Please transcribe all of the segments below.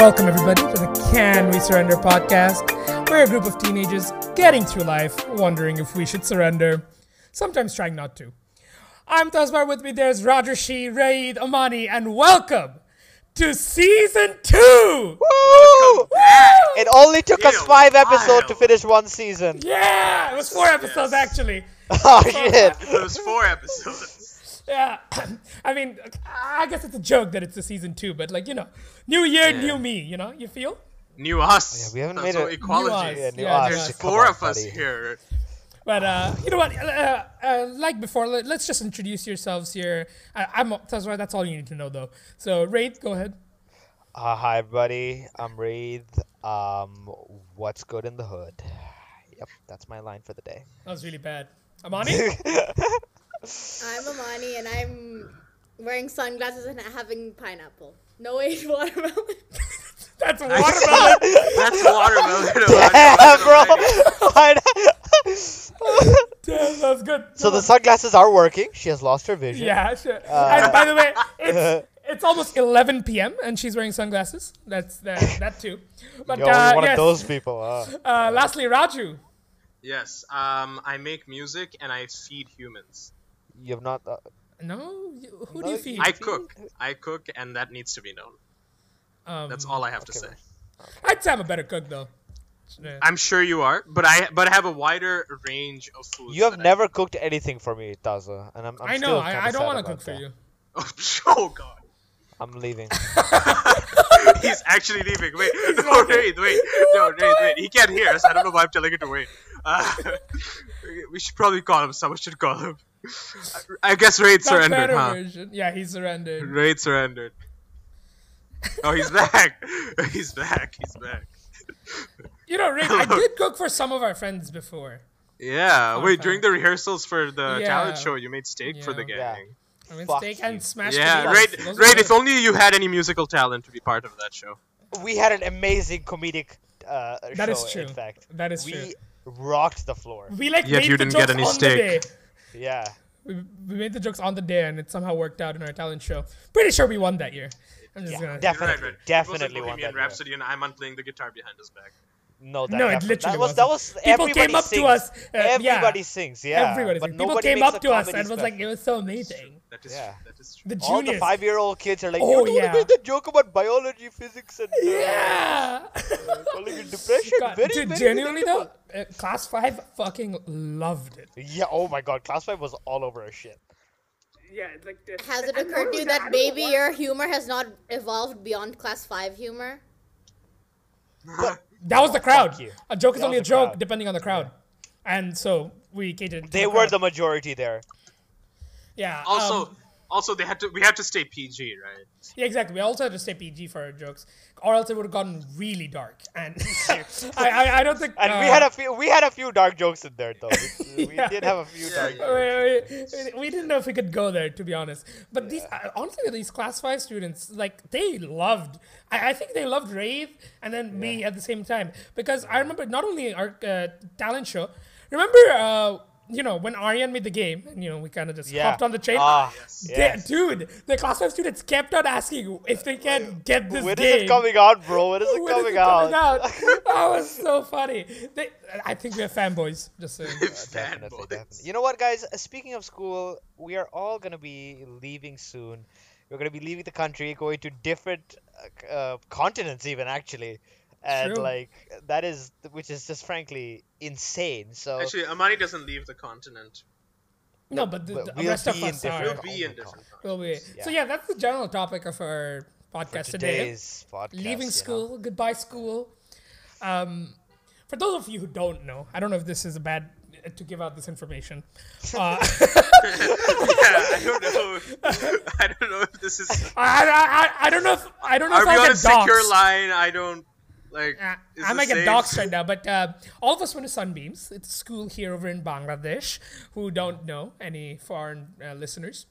Welcome, everybody, to the Can We Surrender podcast. We're a group of teenagers getting through life, wondering if we should surrender, sometimes trying not to. I'm Tasbar, with me there's Roger Shee, Raid, Amani, and welcome to season two! Woo! It only took us Ew, five episodes to wild. finish one season. Yeah! It was four episodes, actually. Oh shit! Those four episodes. Yeah. I mean, I guess it's a joke that it's the season two, but like, you know, new year, new me, you know? You feel? New us. Oh, Yeah, we haven't That's made what it- New equality. us. is. new Yeah, odds. new There's us. Come four on, of us buddy. here. But uh, you know what? Uh, uh, like before, let, us just introduce yourselves here. I, I'm that's, right, that's all you need to know, though. So, Raid, go ahead. Uh, hi, everybody. I'm Reid. Um, what's good in the hood? Yep, that's my line for the day. That was really bad. Amani, I'm Amani and I'm wearing sunglasses and having pineapple. No way, watermelon. that's a watermelon. That's watermelon. Yeah, bro. Already. Why not? Damn, that was good. so the Uh, sunglasses are working. She has lost her vision. yeah. Sure. and by the way, it's it's almost 11 p.m. and she's wearing sunglasses. That's that, that too. But Yo, uh, we're one yes. of those people. huh? Uh, lastly, Raju. Yes. Um, I make music and I feed humans. you have not. Uh, No, you, who do No, you feed? I cook. I cook, and that needs to be known. Um, That's all I have to okay. say. I'd say I'm a better cook though. Yeah. I'm sure you are, but I but I have a wider range of foods. you have that never cooked anything for me, Taza, and I'm. I'm I know. still kinda I, I don't sad want to about cook for that. you. I... Oh god. I'm leaving. He's actually leaving. Wait, no, wait, wait, no, wait, wait. He can't hear us. I don't know why I'm telling it to wait. Uh, we should probably call him. Someone should call him. I guess Raid Not surrendered, better huh? version. Yeah, he surrendered. Raid surrendered. Oh, he's back. he's back. He's back. You know, Rick, I did cook for some of our friends before. Yeah. Wait, fact. during the rehearsals for the Yeah. talent show, you made steak for the Yeah. Yeah. gang. I mean, Fuck steak you. and smashed Yeah, potatoes. Raid. Those were Raid. good. If only you had any musical talent to be part of that show. we had an amazing comedic uh, That show, is true. In fact, That is we true. rocked the floor. We like Yet made you the didn't get jokes any on steak. The day. Yeah, We, we made the jokes on the day, and it somehow worked out in our talent show. Pretty sure we won that year. I'm just Yeah, gonna. def- Definitely, Right, right. definitely won It wasn't Bohemian that year. Rhapsody, and I'm playing the guitar behind his back. no, that, No, it happened. literally that was that was wasn't. People everybody came up to sings. us, uh, yeah. everybody sings. Yeah, Everybody. but People nobody came up makes a to us comedy and was like, "It special. was so amazing." That is Yeah. true. That is true. The All the juniors. five-year-old kids are like, Oh, "You know, yeah. we made that joke about biology, physics, and uh, yeah. calling it depression." God, very, dude, very genuinely though, relatable. uh, class five fucking loved it. Yeah. Oh my God, class five was all over our shit. Yeah, like this. Has it occurred to you that maybe your humor has not evolved beyond class 5 humor? That was the crowd. you. A joke is That only a was the joke crowd. depending on the crowd, and so we catered. To They the were crowd. the majority there. yeah. Also, um, also they had to. We had to stay PG, right? yeah, exactly. We also had to stay PG for our jokes, or else it would have gotten really dark. And I, I, I don't think. And we uh, had a few. We had a few dark jokes in there, though. We, we Yeah. did have a few Yeah, dark. yeah. jokes. we, we, we didn't know if we could go there, to be honest. But these, uh, honestly, these class five students, like they loved. I, I think they loved rave and then me at the same time because I remember not only our uh, talent show. Remember, uh, you know, when Aryan made the game, and you know, we kind of just Yeah. hopped on the train. Ah, Da- yes. dude, the class five students kept on asking if they can get this When is game. it coming out, bro? When is it, When is coming, it out? coming out? that was so funny. They, I think we're fanboys. Just saying. Definitely, Fanboys. definitely. You know what, guys? Uh, Speaking of school, we are all gonna be leaving soon. We're gonna be leaving the country, going to different uh, c- uh, continents, even actually, and True. like that is, which is just frankly insane. So Actually, Amani doesn't leave the continent. No, but the, But the uh, we'll rest of be in us different- are. He'll Alright. be Oh in my different. continents. Will be. So Yeah. yeah, that's the general topic of our podcast today. today's podcast, Leaving you know? school, goodbye school. Um, for those of you who don't know, I don't know if this is a bad uh, to give out this information. Uh, yeah, I don't know. If, I don't know if this is. I, I, I I don't know if I don't know Are if we I'll on a get doxxed. secure line? I don't like. Uh, is I this might get safe? doxxed right now, but uh, all of us went to Sunbeams. It's a school here over in Bangladesh who don't know any foreign uh, listeners.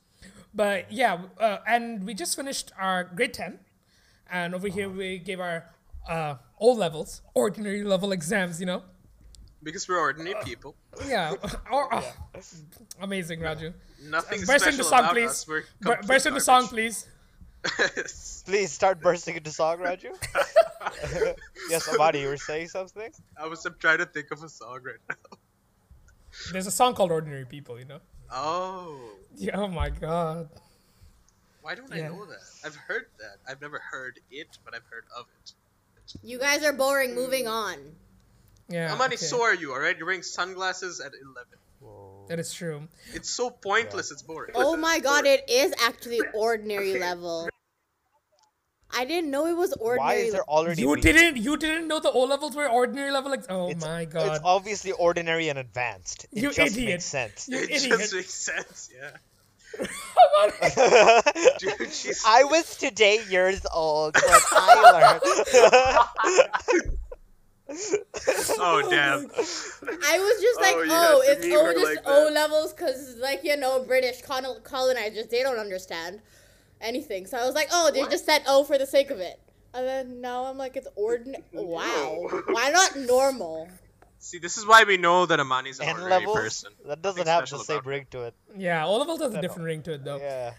But yeah, uh, and we just finished our grade 10. And over here, we gave our uh, O levels, ordinary level exams, you know? Because we're ordinary people. Yeah. or, uh, amazing, Raju. Nothing Burst special into song, about please. us. We're Bur- complete burst into garbage. song, please. Please start bursting into song, Raju. yes, Amani, you were saying something? I was I'm trying to think of a song right now. There's a song called Ordinary People, you know? Oh, Yeah, oh my god. why don't I Yeah. know that? I've heard that. I've never heard it, but I've heard of it. You guys are boring. Moving Mm. on. Yeah. Amani, okay. so are you? All right, you're wearing sunglasses at eleven. Whoa. That is true. It's so pointless. It's boring. Oh my god, it is actually ordinary level. I didn't know it was ordinary. Why is there level. already You weak? didn't you didn't know the O levels were ordinary level like oh It's- my It's god. obviously ordinary and advanced. It You just idiot. makes sense. you it idiot. just makes sense. Yeah, dude, she's I was today years old when I learned. oh damn. I was just like, Oh, oh, you have to it's meme O her just like O that. levels, cause like you know, British col- colonizers they don't understand anything. So I was like, oh, they just said O for the sake of it. And then now I'm like, it's ordinary. Wow. No. Why not normal? See, this is why we know that Amani's an and ordinary levels person. that doesn't Nothing have the special same about it. ring to it. Yeah, O levels has a No, no. different ring to it though. Yeah.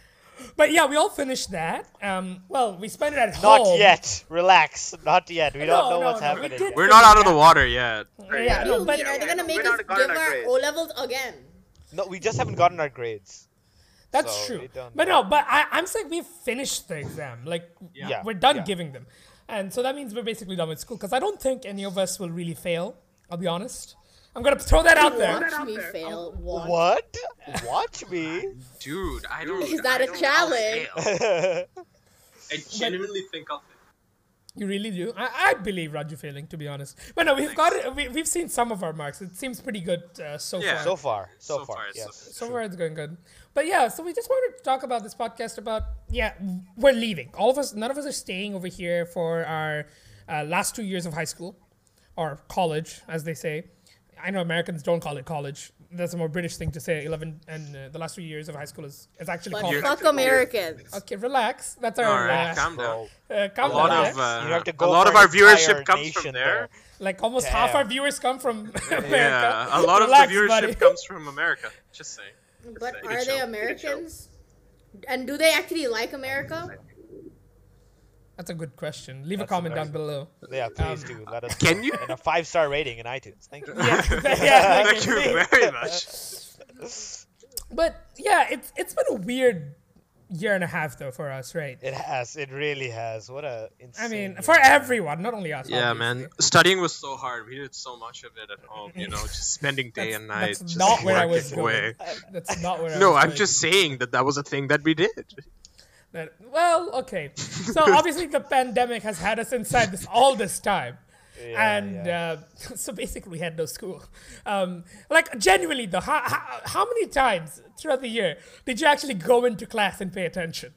But yeah, we all finished that. Um well we spent it at Not home. yet. Relax. Not yet. We don't No, know no, what's no, we happening. did- We're not out of the water yet. Yeah, no, Dude, but uh, are they gonna we're make us not give gonna our grade. O levels again? No, we just haven't gotten our grades. That's So we true. don't But know. no, but I, I'm saying we finished the exam. Like Yeah. Yeah, we're done yeah. giving them, and so that means we're basically done with school. Because I don't think any of us will really fail. I'll be honest. I'm gonna throw that out there. Watch me fail. Watch. What? Watch me. Dude, I don't. Is that a a challenge? I genuinely think I'll fail. You really do. I, I believe Raju failing, to be honest. But no, we've got we, we've seen some of our marks. It seems pretty good uh, so Yeah. far. so far. So, So far. far, so yes. so far it's going good but yeah so we just wanted to talk about this podcast about yeah we're leaving all of us none of us are staying over here for our uh, last two years of high school or college as they say i know americans don't call it college that's a more british thing to say 11 and uh, the last two years of high school is, is actually But college fuck Americans. okay relax that's All our right, last calm down. So, uh, A calm lot down of there. You have uh, to a go lot for of our an entire viewership comes from nation there. like almost half Damn. our viewers come from america Yeah, a lot of Relax, the viewership buddy. comes from America. Just saying. Just But saying. are they Americans? And do they actually like America? that's a good question leave That's a comment down amazing. below Yeah, please Um, do. Let us Can know. you- And a five star rating in iTunes. Thank you. yeah, yeah Thank you very much. But yeah, it's it's been a weird year and a half though for us, right? It has. It really has. What a insane. I mean, year. for everyone, not only us. Yeah, obviously. man. Studying was so hard. We did so much of it at home, you know, just spending day and night. That's just not where I was working away. going. That's not where I No, was I'm going. just saying that that was a thing that we did. That, well, okay. So obviously the pandemic has had us inside this all this time. Yeah, and yeah. Uh, so basically we had no school. Um, like genuinely though, how, how, how many times throughout the year did you actually go into class and pay attention?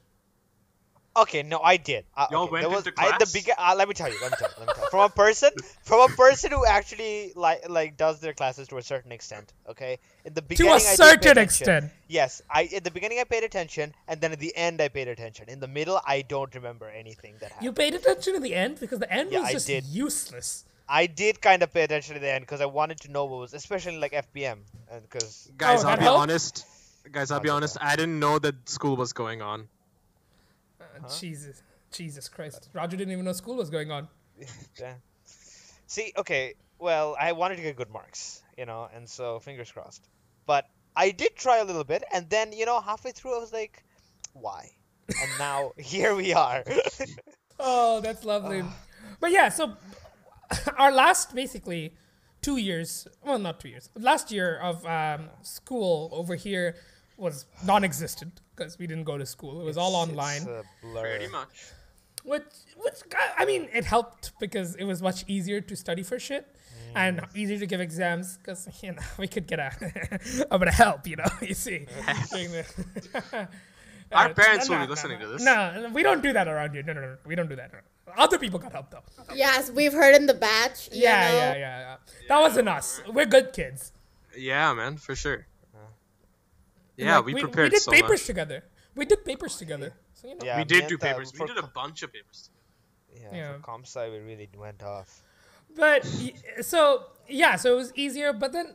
Okay, no, I did. Uh, Y'all okay, went there was, into I, the class? big, uh, let me tell you. Let me tell you. Let me tell you. From a person, from a person who actually like like does their classes to a certain extent. Okay, in the beginning, I did pay certain attention. extent. Yes, I in the beginning I paid attention, and then at the end I paid attention. In the middle, I don't remember anything that happened. You paid attention in the end because the end Yeah, was I just did. useless. I did kind of pay attention at the end because I wanted to know what was, especially like FPM, because Guys, Oh, I'll that be helped? honest. Guys, I'll be honest. I didn't know that school was going on. Uh, Jesus, Jesus Christ! Roger didn't even know school was going on. Ah. Yeah. See, okay, well, I wanted to get good marks, you know, and so fingers crossed. But I did try a little bit, and then, you know, halfway through I was like, why? And now here we are. Oh, that's lovely. but yeah, so our last basically two years, well, not two years, last year of um, school over here was non existent because we didn't go to school. It was all It's uh, online. a blur. much. Which, which, I mean, it helped because it was much easier to study for shit and easier to give exams because, you know, we could get a, a bit of help, you know, you see. during the- Our Uh, parents no, will no, be no, listening no. to this. No, no, we don't do that around here. No, no, no, we don't do that. Other people got help though. Yes, we've heard in the batch. you Yeah, know? yeah, yeah, yeah. That wasn't us. We're good kids. Yeah, man, for sure. Yeah, Like, we prepared We did so papers much. together. We did papers together. So, you know, Yeah, we me did and do the- papers. We uh, for did a co- bunch of papers. Yeah, Yeah. for comp sci we really went off. But y- so yeah, so it was easier. But then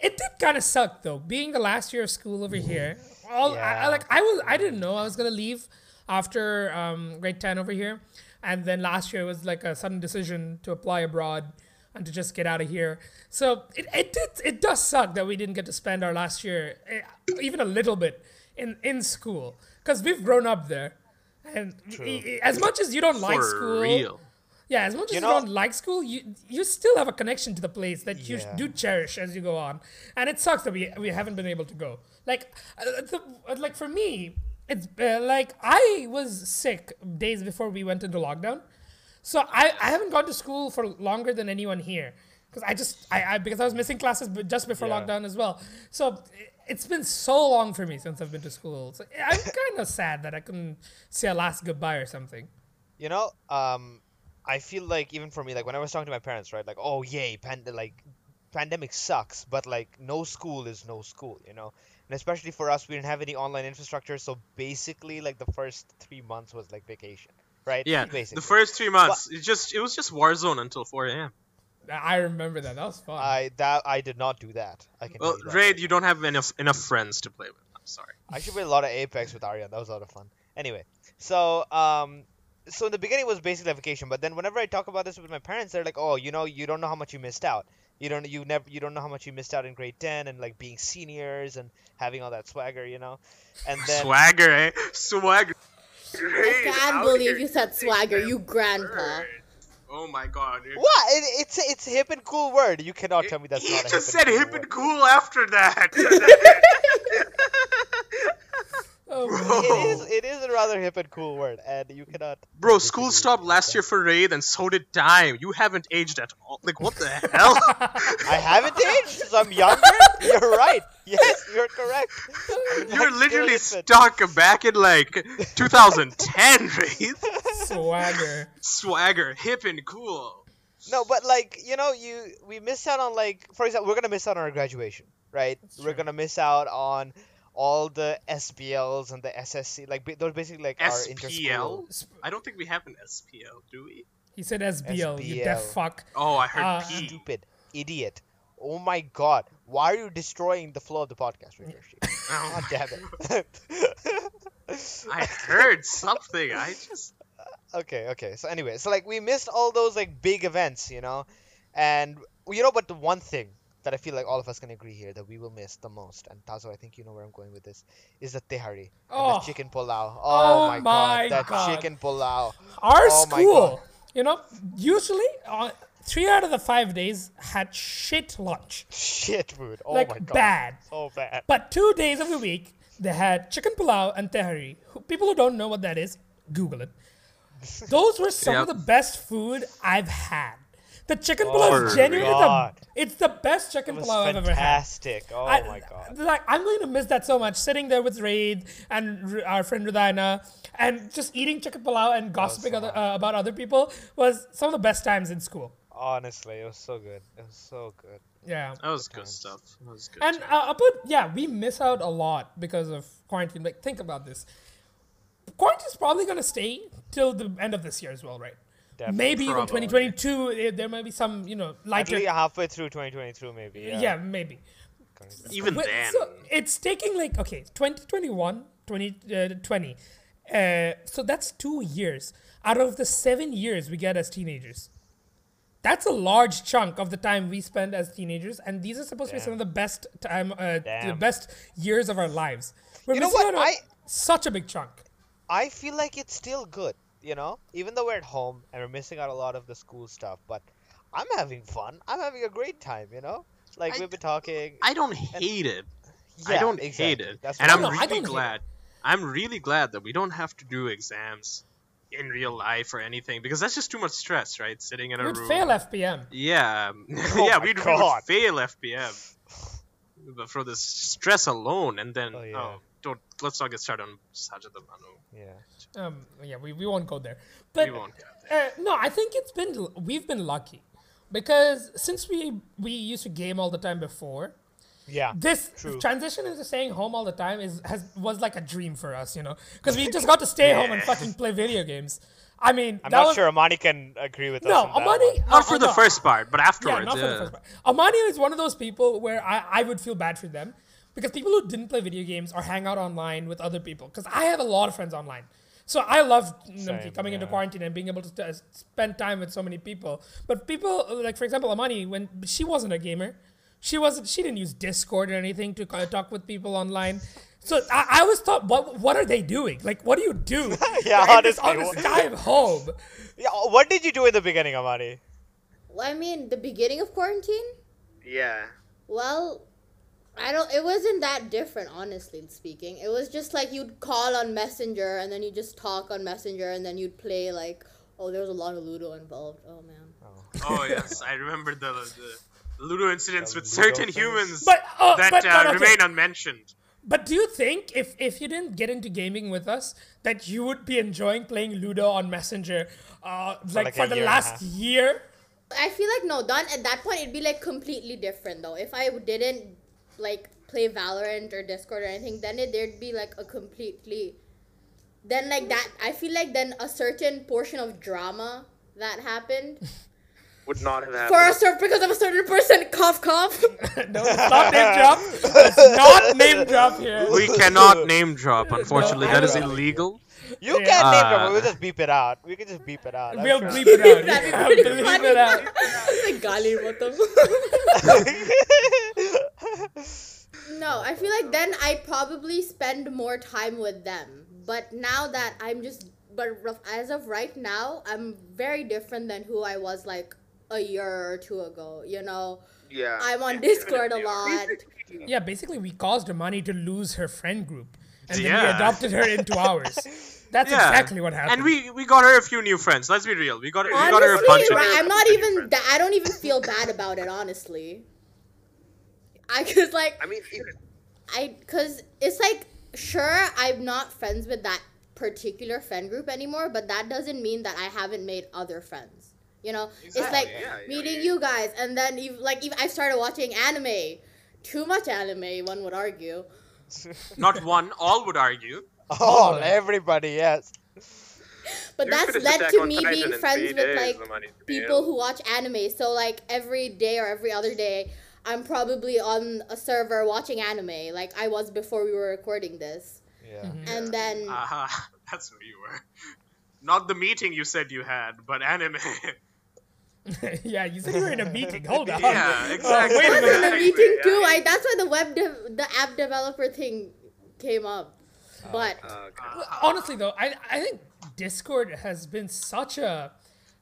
it did kind of suck though, being the last year of school over here. All I, I, Yeah. like I was, I didn't know I was gonna leave. after um, grade 10 over here. And then last year was like a sudden decision to apply abroad and to just get out of here. So it, it, did, it does suck that we didn't get to spend our last year, eh, even a little bit, in, in school because we've grown up there. And e- e- as much as you don't like For school, real. yeah, as much as You you know- don't like school, you you still have a connection to the place that you Yeah. do cherish as you go on, and it sucks that we we haven't been able to go. Like, uh, the, uh, like for me, it's uh, like I was sick days before we went into lockdown, so I I haven't gone to school for longer than anyone here because I just I, I because I was missing classes b- just before Yeah. lockdown as well. So it- it's been so long for me since I've been to school. So I'm kind of sad that I couldn't say a last goodbye or something. You know, um, I feel like even for me, like when I was talking to my parents, right? Like, oh yay, pand- like pandemic sucks, but like no school is no school, you know. And especially for us, we didn't have any online infrastructure, so basically, like the first three months was like vacation, right? Yeah, basically. the first three months, it just it was just Warzone until 4 a.m. I- I remember that. That was fun. I that I did not do that. I can. Well, tell you that. Raid, you don't have enough enough friends to play with. I'm sorry. I should play a lot of Apex with Arya. That was a lot of fun. Anyway, so um, so in the beginning it was basically a vacation, but then whenever I talk about this with my parents, they're like, "Oh, you know, you don't know how much you missed out. You don't, you never, you don't know how much you missed out in grade ten and like being seniors and having all that swagger, you know." And then Swagger, eh? Swagger. I can't believe you said swagger, you grandpa. Oh my god. dude. what? It, it's it's a hip and cool word. You cannot tell me that's he not. a just hip said and cool hip word. and cool after that. Oh, Bro. It is, it is a rather hip and cool word, and you cannot. Bro, disagree school with stopped me, last so- year for Raid, and so did Time. You haven't aged at all. Like, what the hell? I haven't aged, so I'm younger. You're right. Yes, you're correct. I'm You're not literally irrelevant. stuck back in like 2010, Raid. swagger. Swagger, hip and cool. No, but like you know, you we miss out on like for example, we're gonna miss out on our graduation, right? We're true. gonna miss out on all the SBLs and the SSC, like ba- those basically like our interschool. SPL? Sp- I don't think we have an SPL, do we? He said SBL, you SBL. deaf fuck. Oh, I heard Uh, P. Stupid idiot! Oh my god, why are you destroying the flow of the podcast, Rikishi? Oh, God damn it! I heard something. I just okay, okay. So anyway, so like we missed all those like big events, you know, and you know, but the one thing that I feel like all of us can agree here that we will miss the most, and Tazo, I think you know where I'm going with this, is the tehari and Oh. the chicken pulao. Oh Oh, my, my god, that God. chicken pulao. Our Oh my God. school, you know, usually uh, three out of the five days had shit lunch, Shit food. Oh like my god. Oh, bad. So bad. But two days of the week, they had chicken pulao and tehari. Who- People who don't know what that is, Google it. Those were some of Yep. the best food I've had. The chicken pulao is my genuinely the, Oh God. it's the best chicken It was pulao I've ever had. fantastic. Oh I- my god. Like I'm going to miss that so much. Sitting there with Raid and R- our friend Rudaina, and just eating chicken palau and gossiping other, uh, about other people was some of the best times in school. Honestly, it was so good. It was so good. Yeah. Oh, that was good stuff. That was good. And stuff. uh, but yeah, we miss out a lot because of quarantine. Like think about this. Quarantine's probably gonna stay till the end of this year as well, right? Definitely. Maybe even Probably. 2022. eh, There might be some, you know, At lighter. least halfway through 2022, maybe. Yeah. yeah, maybe. Even Well, then, So it's taking like, okay, 2021, 2020. Uh, so that's two years out of the seven years we get as teenagers. That's a large chunk of the time we spend as teenagers, and these are supposed to be some Damn. of the best time, uh, the Damn. best years of our lives. We're You know missing what? out on I- such a big chunk. I feel like it's still good, you know? Even though we're at home and we're missing out a lot of the school stuff, but I'm having fun. I'm having a great time, you know? Like I- we've been talking. I don't hate it. I Yeah, don't hate exactly. it, That's and what I'm No, I don't really hate it. glad. I'm really glad that we don't have to do exams in real life or anything because that's just too much stress, right? Sitting in a We'd room. fail FPM. Yeah, my yeah, we'd, we would God. fail FPM, but for the stress alone, and then Oh, oh, yeah. don't let's not get started on Sajid al Manu. Yeah. Um, yeah, we, we won't go there. But We won't go Uh, no, I think it's been l- we've been lucky because since we we used to game all the time before, Yeah. this True. transition into staying home all the time is has was like a dream for us, you know, because we just got to stay home and Yeah. fucking play video games. I mean, I'm that not was, sure Amani can agree with us. No, on that Amani. one. uh, Not for uh, the no, first part, but Yeah, afterwards. not for the yeah. first part. Amani is one of those people where I, I would feel bad for them because people who didn't play video games or hang out online with other people. Because I have a lot of friends online. So I loved Namki Same, coming into yeah. quarantine and being able to uh, spend time with so many people. But people like, for example, Amani, when she wasn't a gamer, she wasn't. She didn't use Discord or anything to kind of talk with people online. So I, I always thought, what what are they doing? Like, what do you do? Yeah, in this- on honestly, this what- time home. Yeah, uh, what did you do in the beginning, Amani? Well, I mean, the beginning of quarantine. Yeah. Well, I don't. It wasn't that different, honestly speaking. It was just like you'd call on Messenger and then you just talk on Messenger and then you'd play like, oh, there was a lot of Ludo involved. Oh man. Oh yes, I remember the the Ludo incidents The with Ludo certain things. humans But oh, that but, but, uh, okay. remain unmentioned. But do you think if if you didn't get into gaming with us, that you would be enjoying playing Ludo on Messenger, uh, like, like, for a the year and a last half. year? I feel like no, done at that point it'd be like completely different though. If I didn't like play Valorant or Discord or anything, then it there'd be like a completely then like that I feel like then a certain portion of drama that happened Would not have for a certain because of a certain person cough cough no, it's not name drop. It's not name drop here. We cannot name drop, unfortunately. No, that is no. illegal. You Yeah. can't name drop. Uh, We'll just beep it out. We can just beep it out. I'm We'll sure. bleep it out. That'd be Yeah, pretty bleep funny. it out. It's like, golly, what the No, I feel like then I probably spend more time with them. But now that I'm just, but r- as of right now, I'm very different than who I was like a year or two ago. You know, Yeah. I'm on Discord a lot. Yeah, basically, we caused Amani to lose her friend group, and then we Yeah. adopted her into ours. That's Yeah. exactly what happened. And we, we got her a few new friends. Let's be real. We got, we got her a bunch Honestly, of right, new I'm not new even. friends. That, I don't even feel bad about it. Honestly, I cause like I mean, even I because it's like sure I'm not friends with that particular friend group anymore, but that doesn't mean that I haven't made other friends. You know, it's like Exactly, yeah, yeah, meeting yeah. you guys, and then ev- like even I started watching anime, too much anime, one would argue. Not one, all would argue. Oh, everybody, yes. But that's led to me being friends with like people who watch anime. So like every day or every other day, I'm probably on a server watching anime, like I was before we were recording this, Yeah. Mm-hmm. and then. Aha, that's where you were. Not the meeting you said you had, but anime. yeah, you said you were in a meeting. Hold on. Yeah, exactly. Uh, wait a was minute. in the Exactly, meeting yeah. too. I, that's why the web dev, the app developer thing came up. Oh, But Uh, honestly though I, I think discord has been such a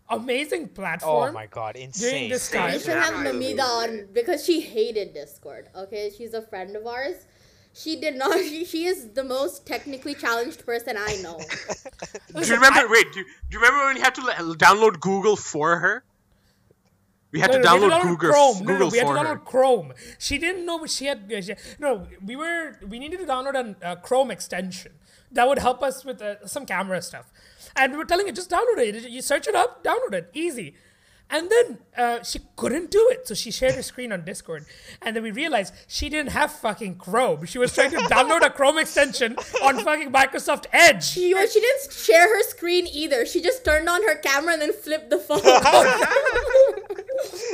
amazing platform Oh my god, insane. during this we time should have Namida Absolutely. on because she hated Discord. Okay, she's a friend of ours. She did not. She, she is the most technically challenged person I know. do you remember? wait, do, do you remember when you had to like, download Google for her? We had No, to no, we download had to download Google, Chrome. No, no, Google we had to for her. download Chrome. She didn't know she had. uh, she- no, we were we needed to download an uh, Chrome extension that would help us with uh, some camera stuff, and we were telling her just download it. You search it up, download it, easy. And then uh, she couldn't do it, so she shared her screen on Discord, and then we realized she didn't have fucking Chrome. She was trying to download a Chrome extension on fucking Microsoft Edge. She, well, she didn't share her screen either. She just turned on her camera and then flipped the phone.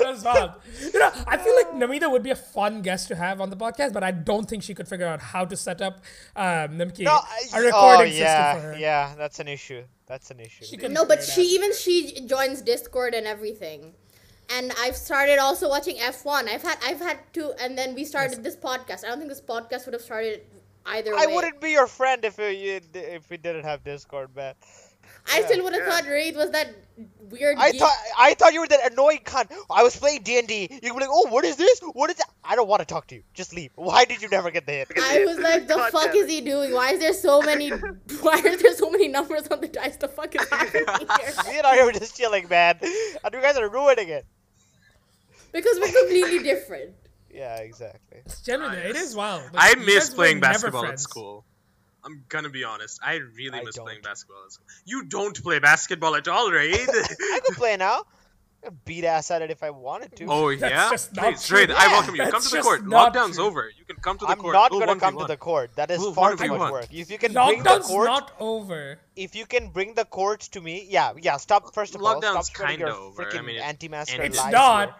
That's wild. You know, I feel like Namita would be a fun guest to have on the podcast, but I don't think she could figure out how to set up um, Nimki No, a I- recording oh, yeah, system for her. yeah, that's an issue. That's an issue. She couldn't No, but she figure it even she joins Discord and everything. And I've started also watching F1. I've had I've had to and then we started this podcast. I don't think this podcast would have started either I way. wouldn't be your friend if you, you d- if we didn't have Discord, man. I still would have yeah. thought Raid was that weird I geek- thought I thought you were that annoying cunt. I was playing D and D. You were like, oh, what is this? What is that? I don't want to talk to you. Just leave. Why did you never get the hit? I was like, the God fuck damn is he doing? Why is there so many? Why are there so many numbers on the dice? The fuck is happening here? Me and I were just chilling, man, and you guys are ruining it. Because we're completely different. Yeah, exactly. It's generally, it is wild. but I you guys miss were playing never basketball at friends. school. I'm gonna be honest. I really I miss playing don't. basketball at school. You don't play basketball at all, right? I could play now. I could beat ass at it if I wanted to. oh yeah, just not please, true. Raid, I Yeah, welcome you. Come that's to the just court. not Lockdown's true. over. You can come to the I'm court. not We'll gonna come to 1v1. the court. That is We'll far too 1v1. much work. If you can bring the Lockdown's court, not over. if you can bring the courts to me, yeah, yeah. Stop first of all. Stop Lockdown's spreading kinda your over. I freaking mean, it anti-masker ended. It's lies. not. here.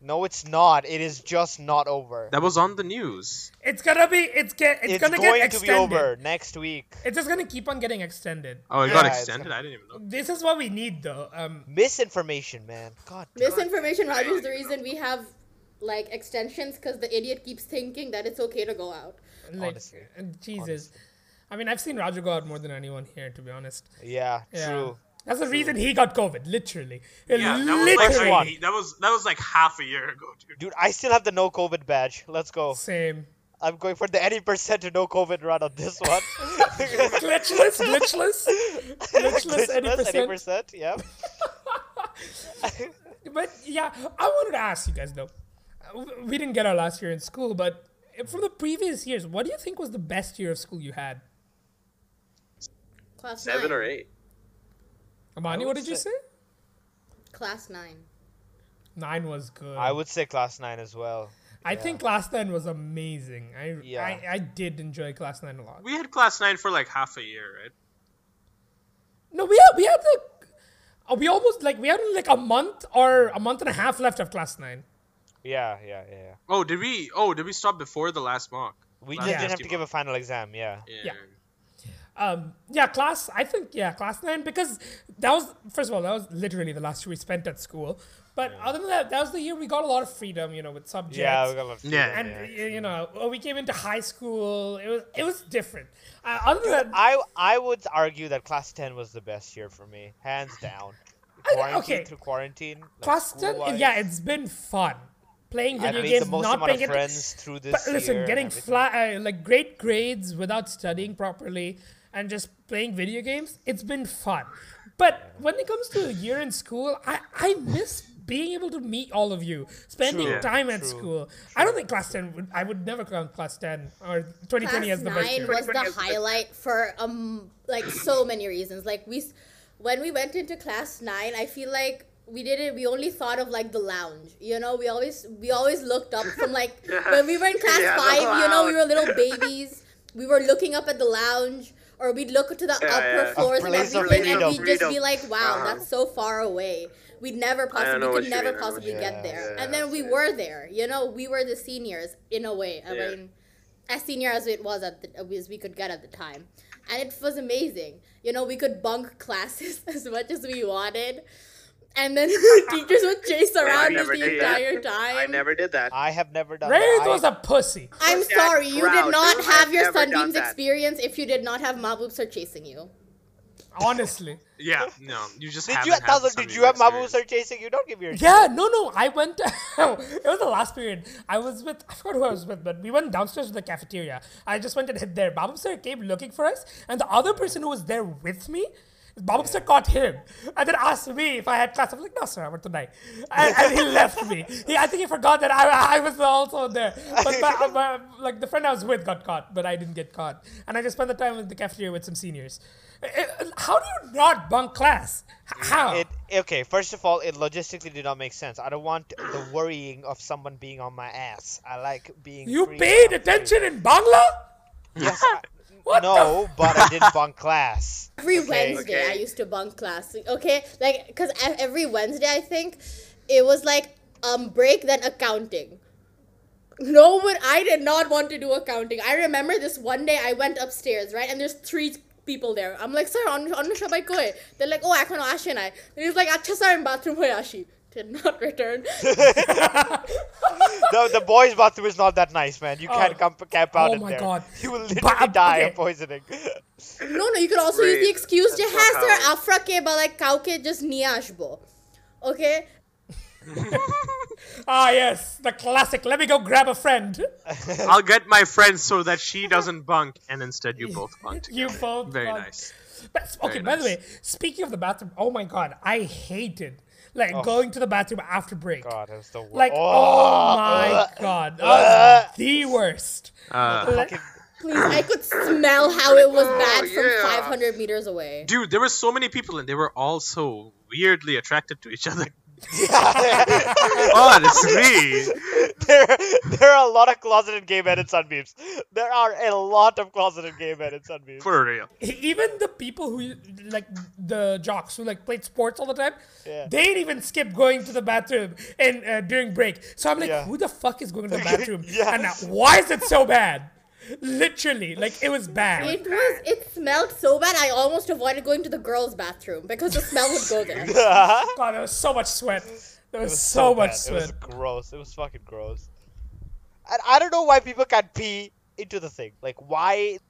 No, it's not. It is just not over. That was on the news. It's gonna be. It's get. It's, It's gonna going get to extended. be over next week. It's just gonna keep on getting extended. Oh, it Yeah, got it's extended. I didn't even know. This is what we need, though. Um, Misinformation, man. God. Misinformation, Roger, is the reason we have like extensions because the idiot keeps thinking that it's okay to go out. like, Honestly. uh, Jesus. I mean, I've seen Roger go out more than anyone here, to be honest. Yeah, Yeah. true. That's the reason he got COVID, literally. Yeah, that was like literally. First one. I- that was that was like half a year ago, dude. Dude, I still have the no COVID badge. Let's go. Same. I'm going for the any percent to no COVID run on this one. Glitchless, glitchless. glitchless, any percent. percent. Yeah. But yeah, I wanted to ask you guys though. Uh, w- We didn't get our last year in school, but from the previous years, what do you think was the best year of school you had? Class Seven nine. or eight. Amani, would what did you say? say- Class nine. Nine was good. I would say class nine as well. I think class nine was amazing. I, Yeah. I I did enjoy class nine a lot. We had class nine for like half a year, right? No, we had we had the uh, we almost like we had like a month or a month and a half left of class nine. Yeah, yeah, yeah. yeah. Oh, did we? Oh, did we stop before the last mock? We just Last didn't have testy to give a mock. final exam. Yeah. Yeah. Um, yeah, class. I think yeah, class nine because that was first of all that was literally the last year we spent at school. But other than that, that was the year we got a lot of freedom, you know, with subjects. Yeah. We got a lot of Yeah. feedback, and y- you know, uh, we came into high school. It was it was different. Uh, other than that, I I would argue that class ten was the best year for me, hands down. Quarantine okay. through quarantine. like class ten, school-wise, yeah, it's been fun playing I video made the games, most not amount paying of it. friends through this But listen, year getting and everything. flat uh, like great grades without studying properly and just playing video games, it's been fun. But when it comes to a year in school, I, I miss being able to meet all of you, spending True. time at True. school. I don't think class ten would I would never count class ten or twenty Class twenty as the best nine year. was the highlight for um like so many reasons. Like we, s- when we went into class nine, I feel like we didn't. We only thought of like the lounge. You know, we always we always looked up from like when we were in class Yeah, the five. You know, we were lounge. little babies. we were looking up at the lounge. Or we'd look to the upper yeah. floors and Place of everything, and freedom. we'd just Freedom. be like, "Wow, Uh-huh. that's so far away. We'd never possibly, know we what could you never mean, I know what possibly you get mean. there." Yeah, and then we yeah. were there. You know, we were the seniors in a way. I Yeah. mean, as senior as it was at the, as we could get at the time and it was amazing you know we could bunk classes as much as we wanted and then the teachers would chase around us never the did that. entire time I never did that. I have never done. Raith that. I- was a pussy. am that sorry you did proud, not dude. have I've your never done sunbeams that. experience if you did not have maboops are chasing you Honestly. Yeah. No, you just Did haven't you, had Tazza, some did you have experience. Mabus are chasing you? Don't give me your Yeah, no, no. I went. it was the last period. I was with. I forgot who I was with, but we went downstairs to the cafeteria. I just went and hid there. Babu sir came looking for us, and the other person who was there with me. Babu sir caught him and then asked me if I had class. I'm like, no, sir, I went tonight. And, and he left me. He, I think he forgot that I, I was also there. But my, my, like the friend I was with got caught, but I didn't get caught. And I just spent the time in the cafeteria with some seniors. Eh, eh, How do you not bunk class? H- How? It okay. First of all, it logistically did not make sense. I don't want the worrying of someone being on my ass. I like being. you free and paid I'm free. attention in Bangla? Yes, I- What no, but I did bunk class. every wednesday Okay. i used to bunk class okay like because every wednesday i think it was like um break then accounting no one i did not want to do accounting i remember this one day i went upstairs right and there's three people there i'm like sir on on shabai koi they're like oh ekhono ashe nai and he's like acha sir in bathroom hoye ashi did not return No, the boys' bathroom is not that nice, man. You can't come camp out oh in my there. God. You will But- um, literally die okay. of poisoning. No, no, you could also use the Great. excuse to That's have not sir how- afra ke ba like kau ke just niye ashbo okay Ah, yes, the classic. Let me go grab a friend. I'll get my friend so that she doesn't bunk, and instead you both bunk. Together. You both. Very got- nice. But, s- okay, Very by the way, nice. speaking of the bathroom, oh my god, I hated like going to the bathroom after break. Oh. God, that's the Ah. worst. Like, oh, my god, that was the worst. Uh, Like, Please, I could smell how it was bad from yeah. 500 meters away. Dude, there were so many people, and they were all so weirdly attracted to each other. Yeah. Honestly. there, there are a lot of closeted gay men in Sunbeams. There are a lot of closeted gay men in Sunbeams. For real. E-, Even the people who like the jocks who like played sports all the time, Yeah. they'd even skip going to the bathroom and uh, during break. So I'm like, Yeah. who the fuck is going to the bathroom? Yeah. And now, why is it so bad? Literally, like it was bad. It was. It smelled so bad. I almost avoided going to the girls' bathroom because the smell would go there. God, there was so much sweat. There was, It was so, much bad. It sweat. was gross. It was fucking gross. And I don't know why people can't pee into the thing. Like, why?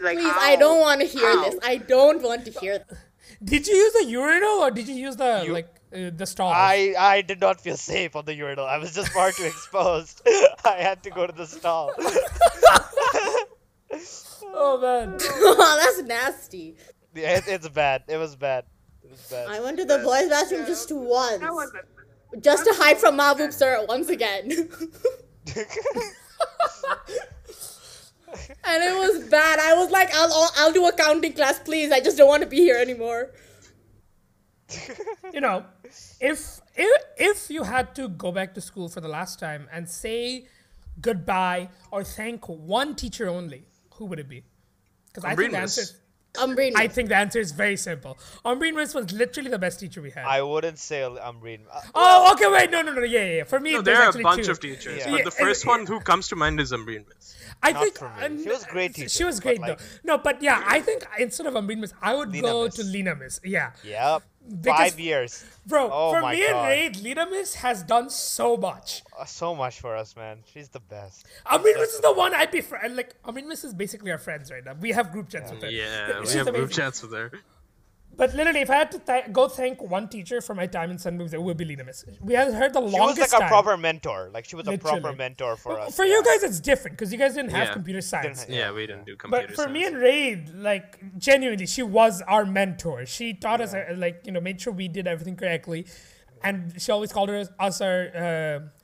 Like, Please, I oh, don't want to hear this. I don't want to hear this. Did you use the urinal or did you use the like uh, the stall? I I did not feel safe on the urinal. I was just far too exposed. I had to go to the stall. oh man. That's nasty. Yeah, it, it's bad. It was bad. It was I bad. went to the boys' bathroom just once, That wasn't. just to hide from Mahbub sir once again, and it was bad. I was like, I'll I'll- I'll do accounting class, please. I just don't want to be here anymore. you know, if if if you had to go back to school for the last time and say goodbye or thank one teacher only, who would it be? Because I think the Ambrinas. answer Umbrina. I think the answer is very simple. Ombreen Riz was literally the best teacher we had. I wouldn't say I'm reading. Uh, oh, okay, wait, no, no, no, yeah, yeah. yeah. For me, No, there's there are a actually bunch two. of teachers, Yeah. but Yeah, the first and- one who comes to mind is Amreen Miss. I Not think for me. uh, She was a great She teacher, was but, great like- though. No, but yeah, I think instead of Amreen Miss, I would Lina go Miss. to Lina Miss. Yeah, yep. Because- Five years. bro. Oh for my me God. and Ray, Lina Miss has done so much. Uh, So much for us, man. She's the best. Amin Miss is the one I prefer. And like Amin Miss is basically our friends right now. We have group chats with her. Yeah, we She's have group amazing. chats with her. But literally, if I had to th- go thank one teacher for my time in Sun Moves, it would be Lena Miss. We had her the She was longest like a time. proper mentor. Like she was a proper Literally. mentor for us. for you guys, it's different because you guys didn't have Yeah. computer science. Yeah, we didn't do computer But for me science. and Ray, like genuinely, she was our mentor. She taught us, uh, like you know, made sure we did everything correctly, and she always called us, us our uh,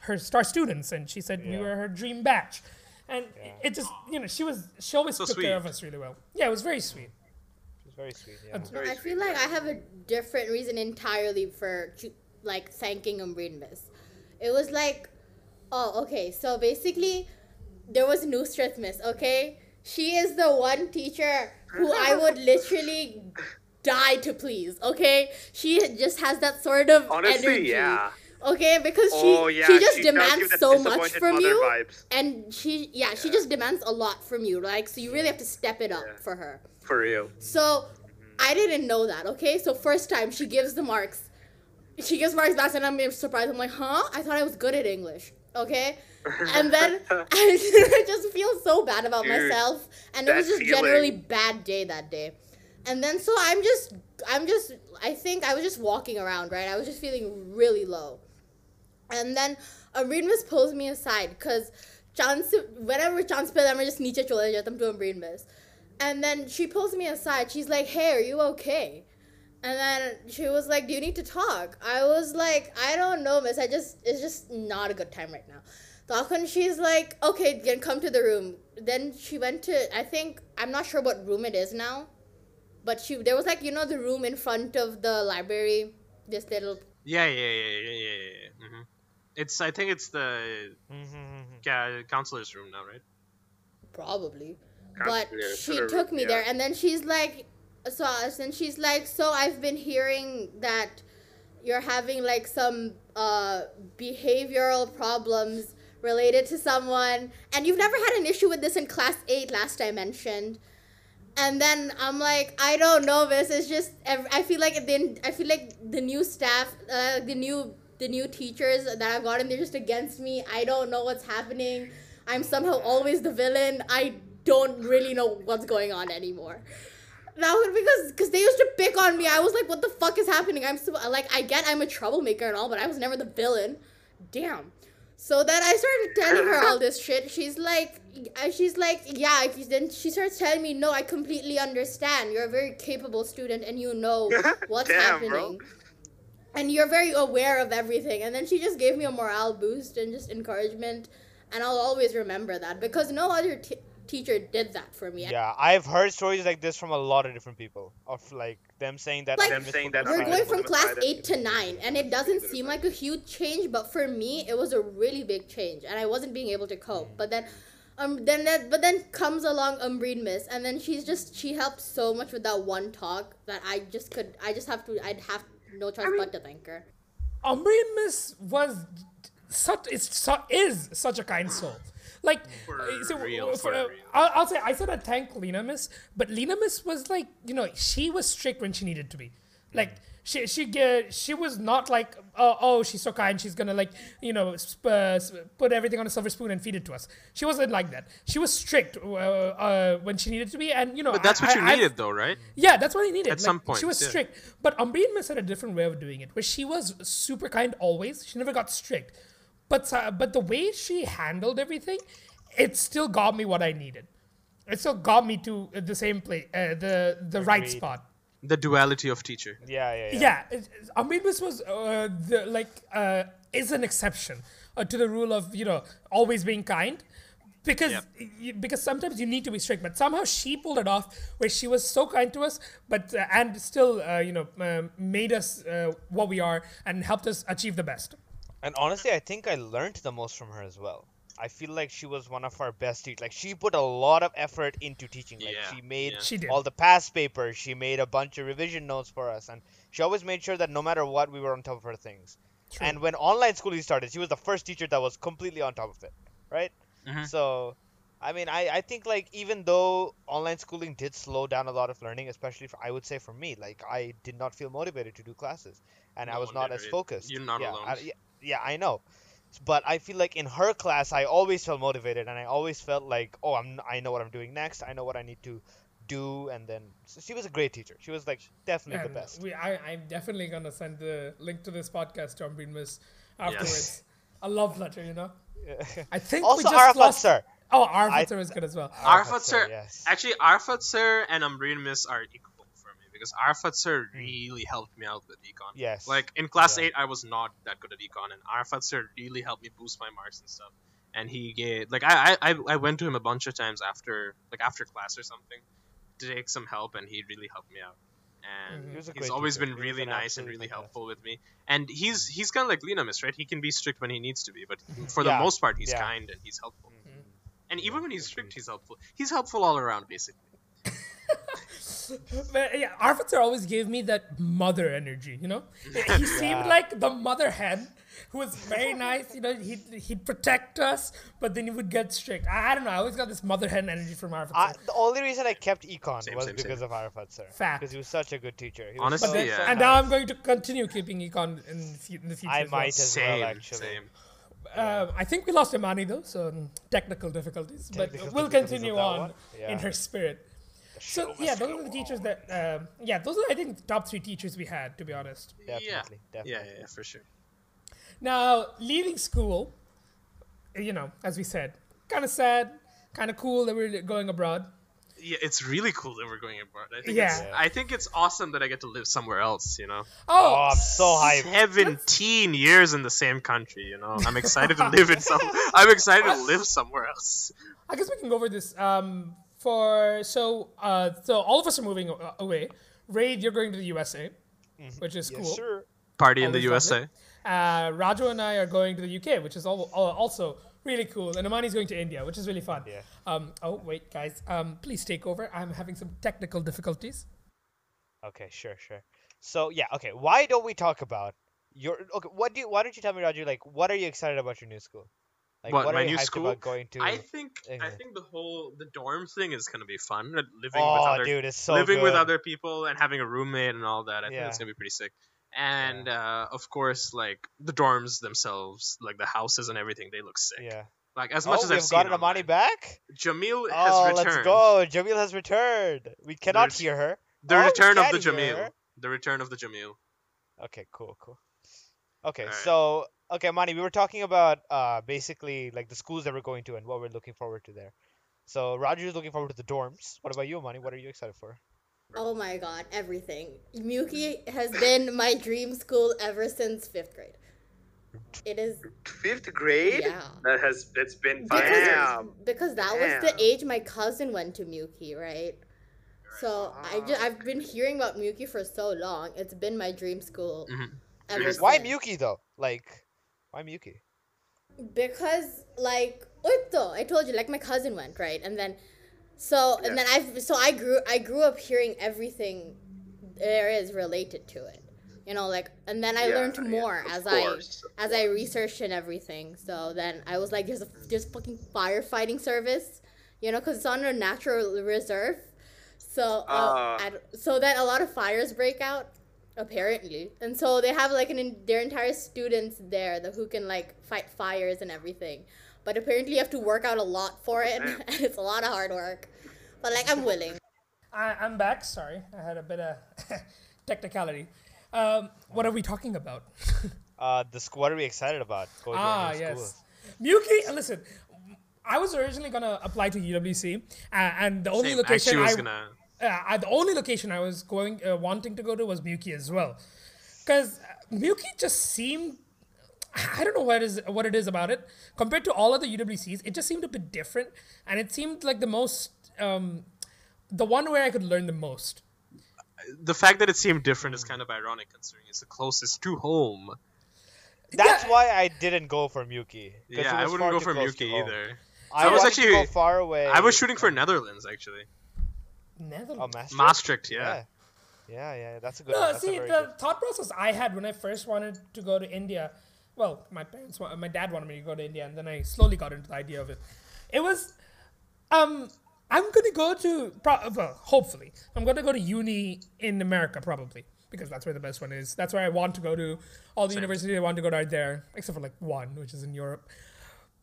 her star students, and she said we Yeah. were her dream batch, and it just you know she was she always So took care of sweet. us really well. Yeah, it was very sweet. She's very sweet. Yeah. I feel like I have a different reason entirely for choo- like thanking Umbreen Miss. It was like, oh, okay. So basically, there was Nusrat Miss. Okay, she is the one teacher who I would literally die to please. Okay, she just has that sort of Honestly, energy. yeah. Okay, because she Oh, yeah, she just she does give demands that so much disappointed from mother you, vibes. and she yeah, she just demands a lot from you. Like so, you really have to step it up for her. For real. So I didn't know that, okay? So first time she gives the marks. She gives marks back and I'm surprised. I'm like, huh? I thought I was good at English. Okay? And then I just feel so bad about Dude, myself. And it was that just feeling. generally bad day that day. And then so I'm just I'm just I think I was just walking around, right? I was just feeling really low. And then Amreen Miss pulls me aside because chance whenever chance pe I'm just niche chole jatam to Amreen Miss. And then she pulls me aside. She's like, "Hey, are you okay?" And then she was like, "Do you need to talk?" I was like, "I don't know, Miss. I just it's just not a good time right now." Thakan, she's like, "Okay, then come to the room." Then she went to I think I'm not sure what room it is now, but she there was like you know the room in front of the library, this little Yeah, yeah, yeah, yeah, yeah, yeah. yeah. hmm It's. I think it's the Mm-hmm, ca- counselor's room now, right? probably but Can't really she sort of- took me yeah. there and then she's like so and she's like so i've been hearing that you're having like some uh, behavioral problems related to someone and you've never had an issue with this in class 8 last i mentioned and then i'm like i don't know this it's just ev- i feel like then i feel like the new staff uh, the new the new teachers that i've gotten they're just against me i don't know what's happening i'm somehow always the villain i don't really know what's going on anymore that was because because they used to pick on me. I was like, what the fuck is happening? I'm so like I get I'm a troublemaker and all, but I was never the villain. Damn. So then I started telling her all this shit. She's like, I- she's like, yeah. Then she starts telling me, no, I completely understand. You're a very capable student, and you know what's Damn, happening bro. and you're very aware of everything. And then she just gave me a morale boost and just encouragement, and I'll always remember that because no other t- teacher did that for me. Yeah, I've heard stories like this from a lot of different people of like them saying that. Like, they Them miss saying that Pokemon We're Right. Snap. Pokemon going from class Friday. 8 to 9, and it doesn't seem like a huge change, but for me, it was a really big change, and I wasn't being able to cope. But then. Um, then that, but then comes along Umbreen Miss, and then she's just she helped so much with that one talk that I just could I just have to I'd have no choice but to thank her. Umbrian Miss was such is su- is such a kind soul. Like For uh, so, real, for uh, real. I'll, I'll say I said I thank Lena Miss, but Lena Miss was like you know she was strict when she needed to be. Mm. Like she she ge- she was not like oh oh she's so kind she's gonna like you know sp- uh, sp- put everything on a silver spoon and feed it to us. She wasn't like that. She was strict uh, uh, when she needed to be, and you know But that's I- what you I- I- needed, though, right? yeah, that's what he needed. At Like, some point, she was yeah. strict. But Umbrian Miss had a different way of doing it, where she was super kind always. She never got strict, but uh, but the way she handled everything, it still got me what I needed. It still got me to uh, the same place, uh, the the right Agreed. spot. The duality of teacher. Yeah, yeah, yeah. Yeah, it- it- Amir Miss was uh, the, like uh, is an exception uh, to the rule of you know always being kind, because Yep. y- because sometimes you need to be strict. But somehow she pulled it off where she was so kind to us, but uh, and still uh, you know um, made us uh, what we are and helped us achieve the best. And honestly, I think I learned the most from her as well. I feel like she was one of our best teachers. Like she put a lot of effort into teaching. Like Yeah, she made yeah. She did. all the past papers. She made a bunch of revision notes for us, and she always made sure that no matter what, we were on top of her things. True. And when online schooling started, she was the first teacher that was completely on top of it, right? Mm-hmm. So, I mean, I, I think like even though online schooling did slow down a lot of learning, especially for, I would say for me, like I did not feel motivated to do classes, and I No was one not did, as right? focused. You're not yeah, alone. I- yeah, yeah, I know. But I feel like in her class, I always felt motivated, and I always felt like, oh, I'm I know what I'm doing next. I know what I need to do, and then so she was a great teacher. She was like definitely And the best. We, I, I'm definitely gonna send the link to this podcast to Amir Miss afterwards. Yes. A love letter, you know. I think we Also, just Arafat lost. sir. Oh, Arafat sir is good as well. Arfat sir, yes. actually, Arfat sir and Umbrian Miss are equal for me because Arfat sir really helped me out with econ. Hmm. Yes. Like in class Yeah. eight, I was not that good at econ, and Arfat sir really helped me boost my marks and stuff. And he gave like I I, I- I went to him a bunch of times after like after class or something to take some help, and he really helped me out. And Mm-hmm. He was a he's great always teacher. been He was really an nice and absolutely really fantastic- helpful with me. And he's he's kind of like Lena Miss, right? He can be strict when he needs to be, but for Yeah. the most part, he's Yeah. Mm-hmm. kind and he's helpful. And even when he's strict, he's helpful. He's helpful all around, basically. But uh, yeah, Arvidsar always gave me that mother energy, you know? Mm. He seemed like the mother hen who was very nice, you know, he'd, he'd protect us, but then he would get strict. I, I don't know, I always got this mother hen energy from I, Arvidsar. the only reason I kept econ Same, was same, same. because of Arafat sir. Fact. Because he was such a good teacher. He was Honestly, so- But then- yeah. And now I'm going to continue keeping Econ in, the fu- in the future. I as well. might as Same, well, actually. same. Um, I think we lost Imani though, so mm, technical difficulties. Technical but we'll difficulties of continue that on one. Yeah. in her spirit. So yeah, those are the teachers that. Um, yeah, those are I think the top three teachers we had to be honest. Definitely, yeah. definitely. Yeah, yeah, yeah, for sure. Now, leaving school, you know, as we said, kind of sad, kind of cool that we're going abroad. Yeah, it's really cool that we're going abroad. I think Yeah. it's, I think it's awesome that I get to live somewhere else, you know. Oh, Oh, I'm so hyped. 17 years in the same country, you know. I'm excited to live in some I'm excited to live somewhere else. I guess we can go over this. Um, for so, uh, so all of us are moving a- away. Raid, you're going to the USA, which is cool. Mm-hmm. Yes, sir. Party in the Always USA. lovely. Uh, Raju and I are going to the UK, which is al- al- also really cool. And Amani's going to India, which is really fun. Yeah. Um, oh, wait, guys. Um, please take over. I'm having some technical difficulties. Okay, sure, sure. So yeah, okay. Why don't we talk about your okay? What do you? Why don't you tell me, Raju? Like, what are you excited about your new school? Like, What, my are you new hyped school? about going to? I think I England. think the whole the dorm thing is gonna be fun. uh, Living with oh, other dude, it's so living with good. other people and having a roommate and all that. I think it's Yeah. gonna be pretty sick. And uh, of course, like the dorms themselves, like the houses and everything, they look sick. Yeah. Like as oh, much as we've I've seen, gotten Amani online, back. oh, Jamil has let's returned. go. Jamil has returned. We cannot There's- hear her. The Oh, we return of can the hear Jamil. her. The return of the Jamil. Okay, cool, cool. Okay, Alright. so okay, Amani, we were talking about uh basically like the schools that we're going to and what we're looking forward to there. So Roger's looking forward to the dorms. What about you, Amani? What are you excited for? Oh my god, everything. Muki has been my dream school ever since fifth grade. It is fifth grade. Yeah. That has that's been because, five years. because that was the age my cousin went to Muki, right? So I Ah. just I've been hearing about Muki for so long. It's been my dream school. Mm-hmm. Mhm. Ever Why since. Miyuki though? Like, why Miyuki? because like Urto, I told you, like my cousin went right, and then so and then I've so I grew I grew up hearing everything there is related to it, you know, like and then I Yeah, learned yeah, more of as course, of I as I researched and everything. So then I was like, there's a there's fucking firefighting service, you know, because it's on a natural reserve. So uh, Ah. I- so then a lot of fires break out apparently and so they have like an en- their entire students there the, who can like fight fires and everything but apparently you have to work out a lot for it Damn. and it's a lot of hard work but like i'm willing I, I'm back. Sorry, I had a bit of technicality. Um, what are we talking about? Uh, the squ- what are we excited about? Going to our ah, new yes. schools? Muki, listen, I was originally going to apply to UWC, uh, and the only Same. location Actually, was I- gonna. uh, I- the only location I was going uh, wanting to go to was Muki as well, because Muki just seemed I don't know what is what it is about it compared to all other UWCs. It just seemed a bit different, and it seemed like the most um, the one where I could learn the most. The fact that it seemed different is kind of ironic, considering it's the closest to home. That's why I didn't go for Miyuki. 'cause it Yeah, I was wouldn't far go too for close to Muki home. either. I, was was actually to actually- go far away. I was shooting for Netherlands actually. Oh, Netherlands. Maastricht. Maastricht, yeah. Yeah. yeah, yeah, that's a good. one. No, That's a see, very the good- thought process I had when I first wanted to go to India, well, my parents, wa- my dad wanted me to go to India, and then I slowly got into the idea of it. It was, um, I'm gonna go to, pro- well, hopefully, I'm gonna go to uni in America probably because that's where the best one is. That's where I want to go to. All the universities I want to go to are there, except for like one, which is in Europe.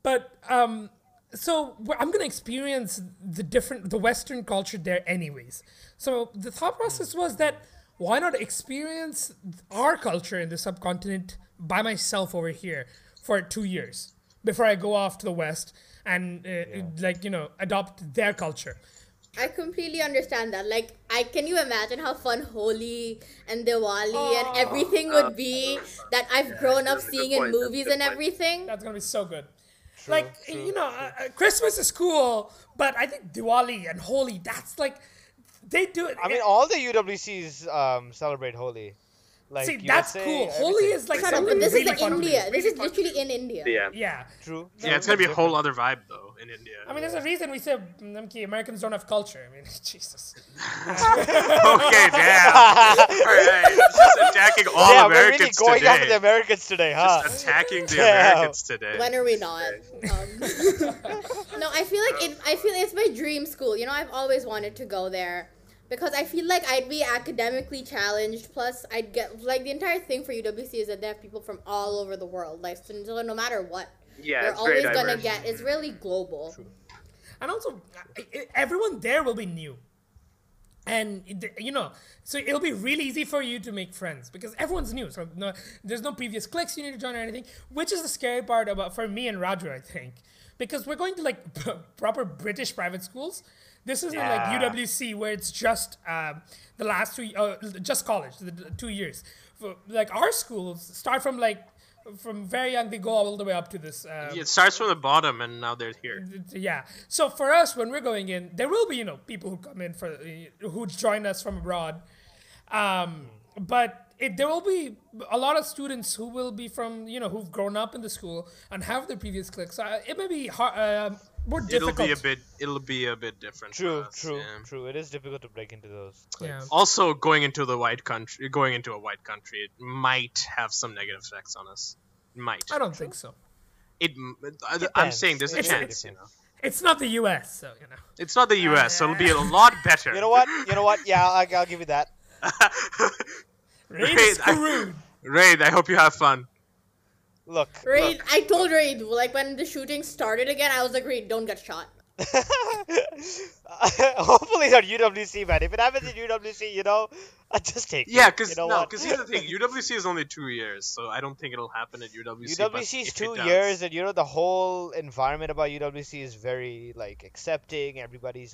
But um, so wh- I'm gonna experience the different the Western culture there anyways. So the thought process was that why not experience our culture in the subcontinent by myself over here for two years before I go off to the West and uh, like you know adopt their culture. i completely understand that like i can you imagine how fun holi and diwali and everything would be that i've grown up that's a good seeing in point, that's a movies good and point. everything That's gonna be so good. like you know, uh, uh, Christmas is cool, but I think Diwali and Holi, that's like they do it. I mean, all the UWCs um, celebrate Holi. Like See, that's USA, cool. everything. Holi is like But something this really is in fun to do. india this is literally in india Yeah. Yeah. true. Yeah, it's gonna be a whole other vibe though in India. I mean, there's a reason we say Namki, Americans don't have culture. I mean, Jesus. okay, damn. Alright, just attacking all yeah, we're really Americans going after the today. Americans today, huh? Just attacking the Damn. Americans today. When are we not? Um, no, I feel like it, I feel it's my dream school. You know, I've always wanted to go there because I feel like I'd be academically challenged. Plus, I'd get like the entire thing for UWC is that they have people from all over the world. Like, so so no matter what, Yeah, you're it's very always gonna diverse. get. It's really global. And also, I- I- everyone there will be new. And it- you know, so it'll be really easy for you to make friends because everyone's new. So no, there's no previous cliques you need to join or anything, which is the scary part about for me and Raju, I think, because we're going to like p- proper British private schools. This isn't Yeah. like UWC where it's just um, the last two, uh, just college, the, the two years. For, like our schools start from like from very young, they go all the way up to this. Um, It starts from the bottom and now they're here. it's- yeah so for us when we're going in there will be you know people who come in for uh, who join us from abroad um, but it, there will be a lot of students who will be from you know who've grown up in the school and have their previous cliques so uh, it may be hard, um more It'll difficult be a bit it'll be a bit different. for True, us, true, yeah. true. It is difficult to break into those. yeah. Also going into the white country going into a white country it might have some negative effects on us. Might. i don't think so It, m- I- I'm Depends. saying there's a It's- chance, you know. it's- it's not the us so you know It's not the US, so it'll be a lot better. You know what? You know what? Yeah, I, I'll give you that. Raid Raid, is I- screwed. Raid, I hope you have fun. Look, Raid, I told Raid like when the shooting started again, I was like, Raid, don't get shot. Hopefully not UWC, man. If it happens in UWC, you know, I just take. Yeah, it. because you know no, what? because here's the thing. UWC is only two years, so I don't think it'll happen at UWC. but UWC is if it two does- years, and you know the whole environment about UWC is very like accepting. Everybody's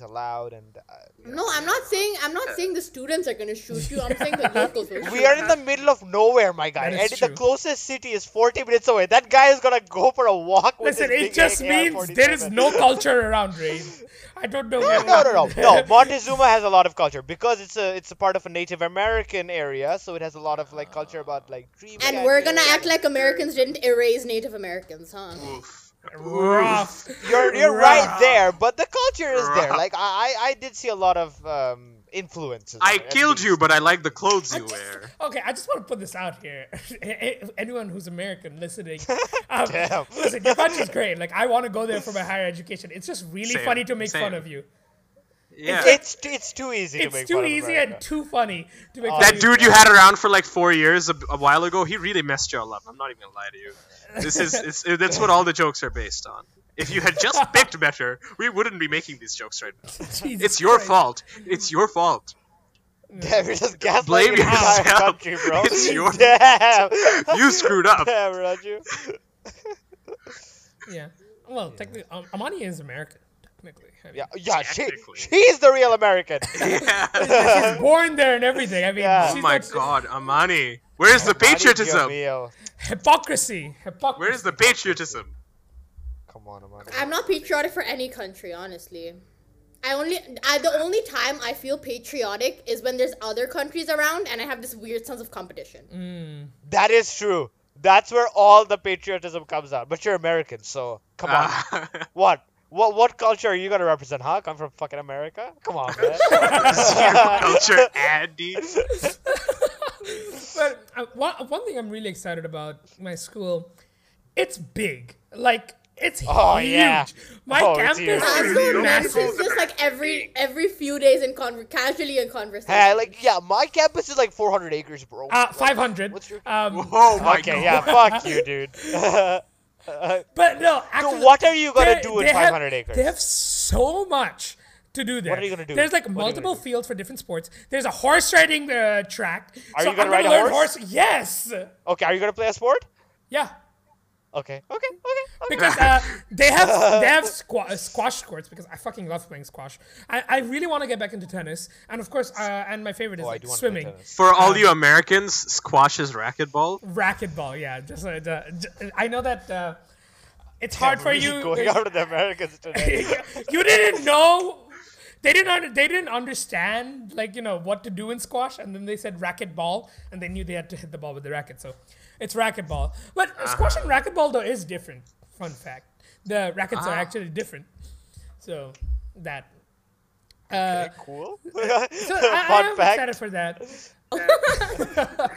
allowed, and uh, you know. No, I'm not saying I'm not saying the students are gonna shoot you. I'm saying the locals will. shoot we are in the middle of nowhere, my guy. That And is the true. closest city is 40 minutes away. That guy is gonna go for a walk. With Listen, his it big just AK means there is R47. no culture around Raid. I don't know. No, where- no, no, no, no. Montezuma has a lot of culture because it's a it's a part of a Native American area, so it has a lot of like culture about like dream. And we're catching gonna act like Americans didn't erase Native Americans, huh? Oof. Rough. You're you're right there, but the culture is there. Rough. Like I I I did see a lot of um influences. I there, at killed you, least. but I like the clothes I you just- wear. okay, I just want to put this out here. If Anyone who's American listening, um, Damn. listen, your country's great. Like, I want to go there for my higher education. It's just really Same, funny to make same. fun of you. Yeah. It's it's too easy. to It's make too fun of easy America. and too funny to make fun that of you. dude you had around for like four years a, a while ago, he really messed y'all up. I'm not even gonna lie to you. This is it's, it- that's what all the jokes are based on. If you had just picked better, we wouldn't be making these jokes right now. Jesus It's your Christ. fault. It's your fault. Damn, you're just gaslighting Blame the entire yourself. country, bro. It's your- Damn. You screwed up. Damn, Raju. Yeah. Well, technically, um, Amani is American. Technically. I mean, Yeah, yeah. She, Technically. she's the real American. Yeah. She's born there and everything. I mean, Yeah. she's Oh my not- God, Amani, where's the Mario patriotism? Mio. hypocrisy. Hypocrisy. Where's the patriotism? Come on, Amani. I'm not patriotic for any country, honestly. I only I, the only time I feel patriotic is when there's other countries around and I have this weird sense of competition. Mm. That is true. That's where all the patriotism comes out. But you're American, so come on. Ah, What? What what culture are you gonna represent, huh? Come from fucking America? Come on, man. culture, Andy. But uh, one, one thing I'm really excited about my school, it's big. Like it's Oh, huge. yeah. My Oh, it's campus huge. I'm is so nervous. massive. It's just like every every few days in conver- casually in conversation. hey, like yeah, my campus is like 400 acres, bro. Uh, 500. What's your- um, Oh my okay, God. yeah, fuck you, dude. but no, actually, what are you gonna they- do in they have- 500 acres? They have so much to do there. What are you gonna do? There's like What are you gonna multiple do? fields for different sports. There's a horse riding uh, track. Are so you gonna I'm ride a gonna learn horse? Yes. Okay, are you gonna play a sport? Yeah. Okay, okay, okay. Oh, okay. because uh, they have they have squa- uh, squash courts because I fucking love playing squash. I, I really want to get back into tennis, and of course, uh, and my favorite is Oh, I like, do wanna play swimming, tennis. For all you Americans, squash is racquetball. racquetball. Yeah, just uh, the- j- I know that uh, it's hard for Really you. uh, going out to the Americans today. you didn't know. They didn't. under- They didn't understand, like you know, what to do in squash, and then they said racquetball, and they knew they had to hit the ball with the racket. So, it's racquetball. But uh, squash and racquetball though is different. Fun fact: the rackets are actually different. So that. Uh, cool. so I, I Fun am fact. excited for that. but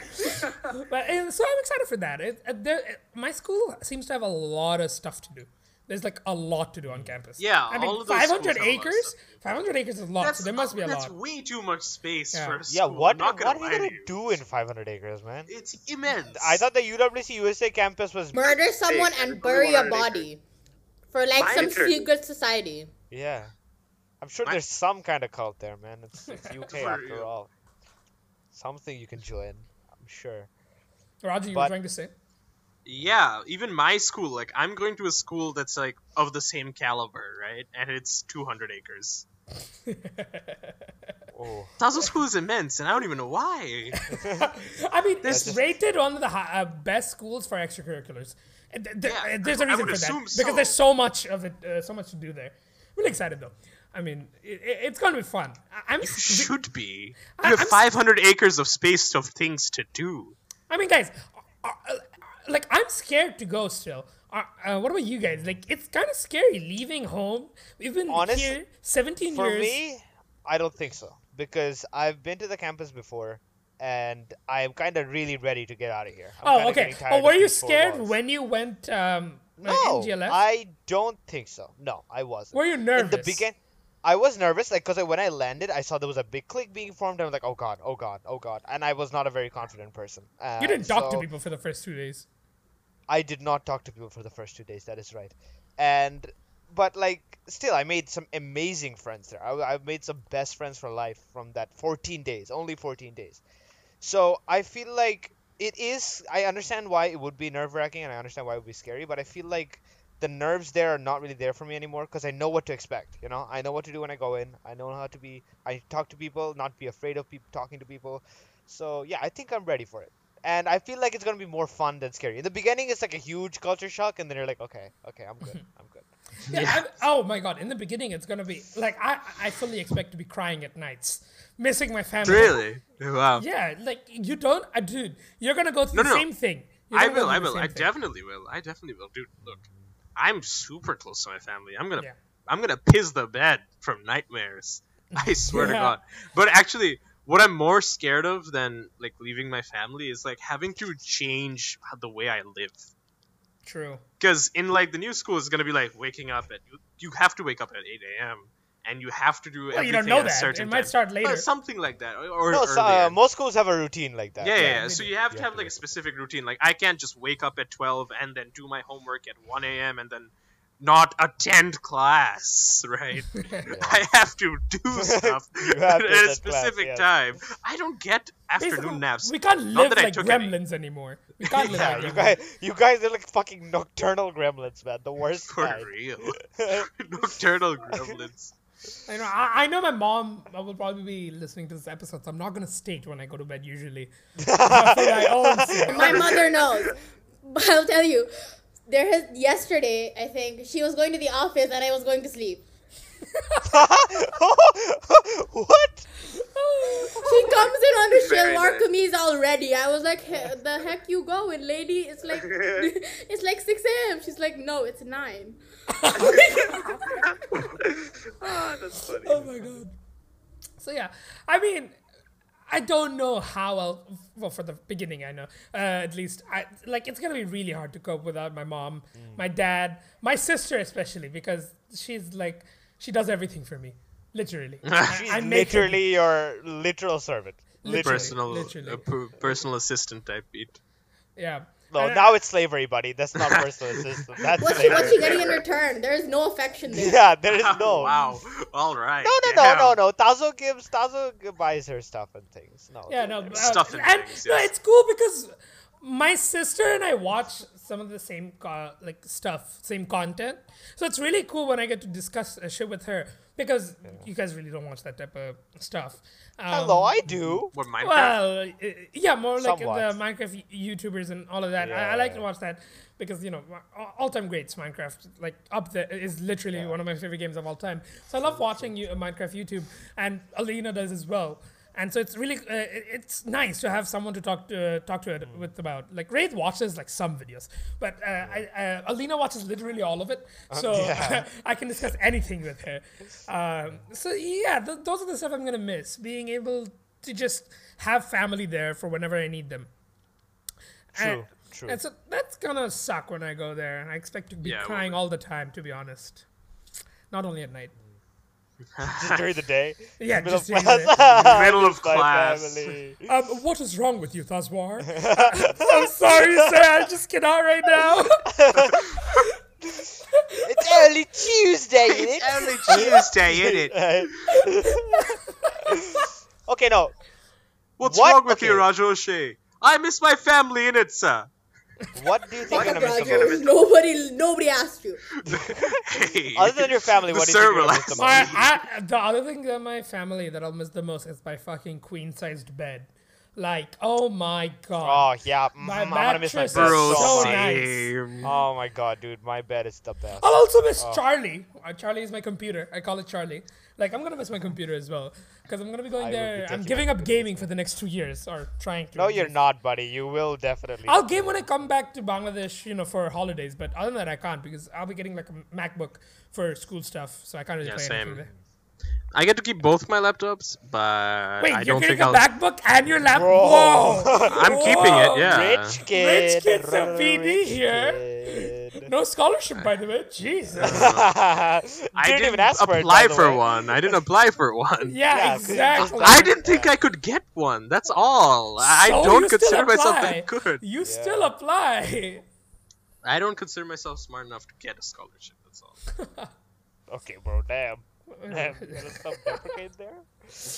and so I'm excited for that. It, uh, there, uh, my school seems to have a lot of stuff to do. There's like a lot to do on campus. Yeah, I mean, all of those 500 schools have a lot of acres. stuff 500 acres is a lot, so there must be a that's lot. way too much space Yeah. for a Yeah, Yeah, school. what I'm not what gonna are you lie to gonna you. do in 500 acres, man? It's immense. I thought the UWC USA campus was Murder someone Hey, and everybody bury a wanted to body for like My some turn. secret society. yeah. I'm sure My- there's some kind of cult there, man. It's, it's UK For after real. all. Something you can join, I'm sure. Roger, you But- were trying to say? yeah, even my school. Like, I'm going to a school that's like of the same caliber, right? And it's 200 acres. Oh, Tazo school is immense, and I don't even know why. I mean, it's just- rated one of the hi- uh, best schools for extracurriculars. And th- th- Yeah, uh, there's a I reason would for that assume so. because there's so much of it, uh, so much to do there. Really excited though. I mean, it, it- it's gonna be fun. I- I'm. s- Should be. I- You have I'm s- 500 acres of space of things to do. I mean, guys, uh, uh, like I'm scared to go still. Uh, uh, what about you guys? Like, it's kind of scary leaving home. We've been Honest- here 17 For years. me, I don't think so because I've been to the campus before, and I'm kind of really ready to get out of here. I'm oh, kinda okay. getting tired Oh, of were you these four scared walls. when you went um, uh, No, NGLF? I don't think so. No, I wasn't. Were you In the nervous? begin, I was nervous, like, because when I landed, I saw there was a big clique being formed. and I was like, oh god, oh god, oh god. And I was not a very confident person. Uh, you didn't talk so to people for the first two days. I did not talk to people for the first two days, that is right. And but like still i made some amazing friends there I, i've made some best friends for life from that 14 days only 14 days so i feel like it is i understand why it would be nerve-wracking and i understand why it would be scary but i feel like the nerves there are not really there for me anymore because i know what to expect you know i know what to do when i go in i know how to be i talk to people not be afraid of people talking to people so yeah i think i'm ready for it and i feel like it's going to be more fun than scary in the beginning it's like a huge culture shock and then you're like okay okay i'm good i'm good Yeah. I'm- oh my god! In the beginning, it's gonna be like I I fully expect to be crying at nights, missing my family. Really? Wow. Yeah, like you don't, uh, dude. You're gonna go through No, the no, no. same thing. You're I gonna go will. I through the will. I same thing. definitely will. I definitely will, dude. Look, I'm super close to my family. I'm gonna. Yeah. I'm gonna piss the bed from nightmares. I swear to Yeah. God. But actually, what I'm more scared of than like leaving my family is like having to change the way I live. True. Because in like the new school, it's gonna be like waking up at you, you have to wake up at 8 a.m. and you have to do Well, you everything don't know at a that. certain It might time. start Well, later. something like that, or, or no so, uh, earlier. most schools have a routine like that Yeah, yeah, yeah. they So do. you have You to have have to like do a specific routine. Like I can't just wake up at twelve and then do my homework at one a.m. and then not attend class, right? I have to do stuff You have at to a attend class, specific yeah. time. I don't get afternoon Basically, naps. We can't Not live that I like took any. gremlins anymore. We can't live Yeah, like you gremlins. guys, you guys are like fucking nocturnal gremlins, man. The worst For kind. real, nocturnal gremlins. I know. I, I know my mom will probably be listening to this episode, so I'm not gonna state when I go to bed usually. For my own sake. My mother knows. But I'll tell you, there has yesterday, I think, she was going to the office and I was going to sleep. what? She comes in on the Very shell nice. Markamis already. I was like, "He- the heck you going, lady? It's like it's like six AM. She's like, No, it's nine. Ah, that's funny. Oh my god. So yeah, I mean, I don't know how I'll. Well, for the beginning, I know uh, at least. I like it's gonna be really hard to cope without my mom, my dad, my sister especially because she's like she does everything for me, literally. I, She's I make her- literally your literal servant. Literally. Personal, literally. a per- personal assistant type beat. Yeah. No, And I- now it's slavery, buddy. That's not personal assistant. That's What's she slavery. what's she getting in return? There is no affection there. Yeah, there is no. wow. All right. No, no, no, damn. no, no. Tazo gives, Tazo buys her stuff and things. No. Yeah, don't no, worry. uh, Stuff and and- things, no, yes. it's cool because my sister and I watch some of the same co- like stuff, same content. So it's really cool when I get to discuss uh, shit with her because you guys really don't watch that type of stuff. Um, Hello, I do. What Minecraft? Well, uh, yeah, more like Somewhat. the Minecraft y- YouTubers and all of that. I, Yeah. I like to watch that because you know all time greats. Minecraft like up there is literally one of my favorite games of all time. So I love watching you uh, Minecraft YouTube, and Alina does as well. And so it's really uh, it- it's nice to have someone to talk to uh, talk to it with about. Like Wraith watches like some videos, but uh, I, uh, Alina watches literally all of it. So yeah. I can discuss anything with her. Um, so yeah, th- those are the stuff I'm gonna miss. Being able to just have family there for whenever I need them. And- True, true. And so that's gonna suck when I go there, and I expect to be Yeah, it crying will. all the time. To be honest, not only at night. Just during the day. Yeah, Middle just during class. the day. Middle of My class. family. Um, what is wrong with you, Thaswar? I'm sorry, sir. I just cannot right now. It's early Tuesday, isn't it? It's only Tuesday, isn't it? okay, no. What's What? wrong with you, Okay. Raj O'Shea? I miss my family in it, sir. What do you think Fuck you're up, gonna miss the Roger. most? Nobody nobody asked you. Hey. Other than your family, The what do you think you're gonna miss server the last most? night. I, I, the other thing that my family that I'll miss the most is my fucking queen sized bed. Like, oh my Oh god. yeah, mm, My I'm gonna miss my bed mattress is Bro, so so much. nice. Oh, same. Oh my god, dude, my bed is the best. I'll also miss Oh. Charlie. Uh, Charlie is my computer. I call it Charlie. Like, I'm gonna miss my computer as well. Because I'm gonna be going I will be there. I'm taking giving up gaming for the next two years or trying to. No, at you're least. not, buddy. You will definitely. I'll game when I come back to Bangladesh, you know, for holidays. But other than that, I can't because I'll be getting like a MacBook for school stuff, so I can't really Yeah, play anything same. there. I get to keep both my laptops, but Wait, I you're don't getting think a I'll. MacBook and your laptop? Bro. Whoa! I'm keeping Whoa. it, yeah. Rich kid. Rich kid's a rich PD here. kid. No scholarship, by the way. Jesus. I I didn't didn't even ask for it, apply by the for way. one. I didn't apply for one. Yeah, Yeah, exactly. I didn't think I could get one. That's all. I So don't you still consider myself apply. that good. You still apply. I don't consider myself smart enough to get a scholarship. That's all. Okay, bro. Damn. Damn. self-deprecate there.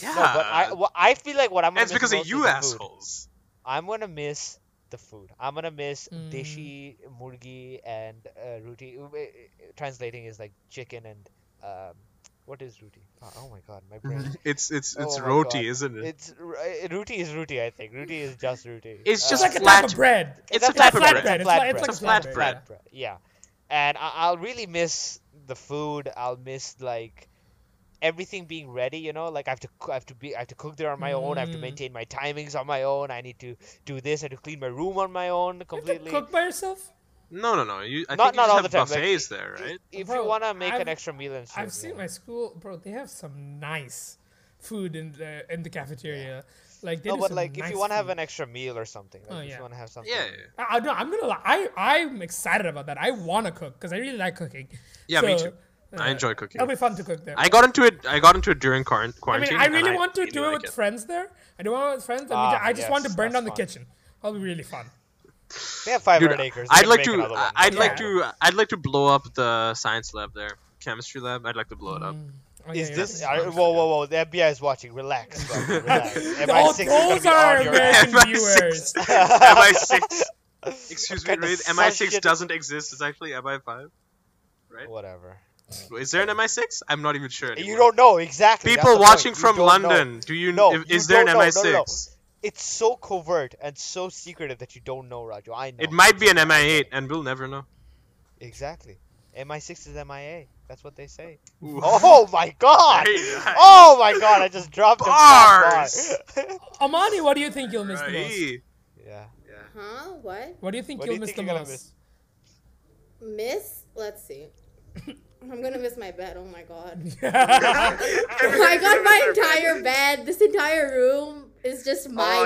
No, but I, well, I feel like what I'm gonna That's miss Uh, because of most you is the food. assholes. I'm gonna miss the food. I'm gonna miss Mm. deshi, murgi, and uh, roti. Uh, uh, Translating is like chicken and um, what is roti? Oh, oh my god, my brain. It's it's it's Oh my roti, God. isn't it? It's r- uh, roti is roti. I think roti is just roti. It's Uh, just like a flat- type of bread. It's a That's like type of bread. It's like- it's It's a like flat a bread. bread. Yeah, and I- I'll really miss the food. I'll miss like everything being ready. You know, like I have to, coo- I have to be, I have to cook there on my own. I have to Mm. maintain my timings on my own. I need to do this. I have to clean my room on my own You have completely. to cook by yourself. No, no, no. You, I Not- think not you just all have the time, like, buffets there, Just- right? If you Bro, wanna make I've- an extra meal and shit, I've seen yeah. my school, bro. They have some nice food in the in the cafeteria. Like they no, do but some like if nice you wanna have food. an extra meal or something, like Oh, if yeah. you wanna have something, Yeah, yeah. I, I don't, I'm gonna lie. I I'm excited about that. I wanna cook because I really like cooking. Yeah, me So, too. I enjoy cooking. It'll be fun to cook there. I got into it. I got into it during quaran- I mean, quarantine. I and really want to do it like with friends there. I do want it with friends. and we Ah, ju- I just want to yes, burn down the that's fun. kitchen. That'll be really fun. they have 500 Dude, acres. they I'd can like make to. another one. I'd like Yeah. Oh, to. I'd like to blow up the science lab there, chemistry lab. I'd like to blow it up. Oh, yeah, Is yeah. this? I, whoa, whoa, whoa! The FBI is watching. Relax. bro, relax. Oh, MI6 is gonna those be on are your American MI6. viewers. MI6. Excuse me, Kind of Wraith. suck MI6 shit- doesn't exist. It's actually MI5. right? Whatever. Is there an MI6? I'm not even sure. You anymore. don't know exactly. that's People the point, watching you from don't know. London, do you No, know? you Is there an don't know, no, MI6? no, no. It's so covert and so secretive that you don't know, Raju. I know. It might be an MI8, and we'll never know. Exactly. MI6 is MIA. That's what they say. Ooh. Oh my god! Very nice. Oh my god! I just dropped Bars! a fat bar. Amani, what do you think you'll miss the most? Right. yeah. Huh? What? What do you think What do you'll you miss think the you're gonna most? miss? Miss? Let's see. I'm gonna miss my bed. Oh my god. I got Everybody's gonna my miss their bed. entire bed. This entire room is just mine Oh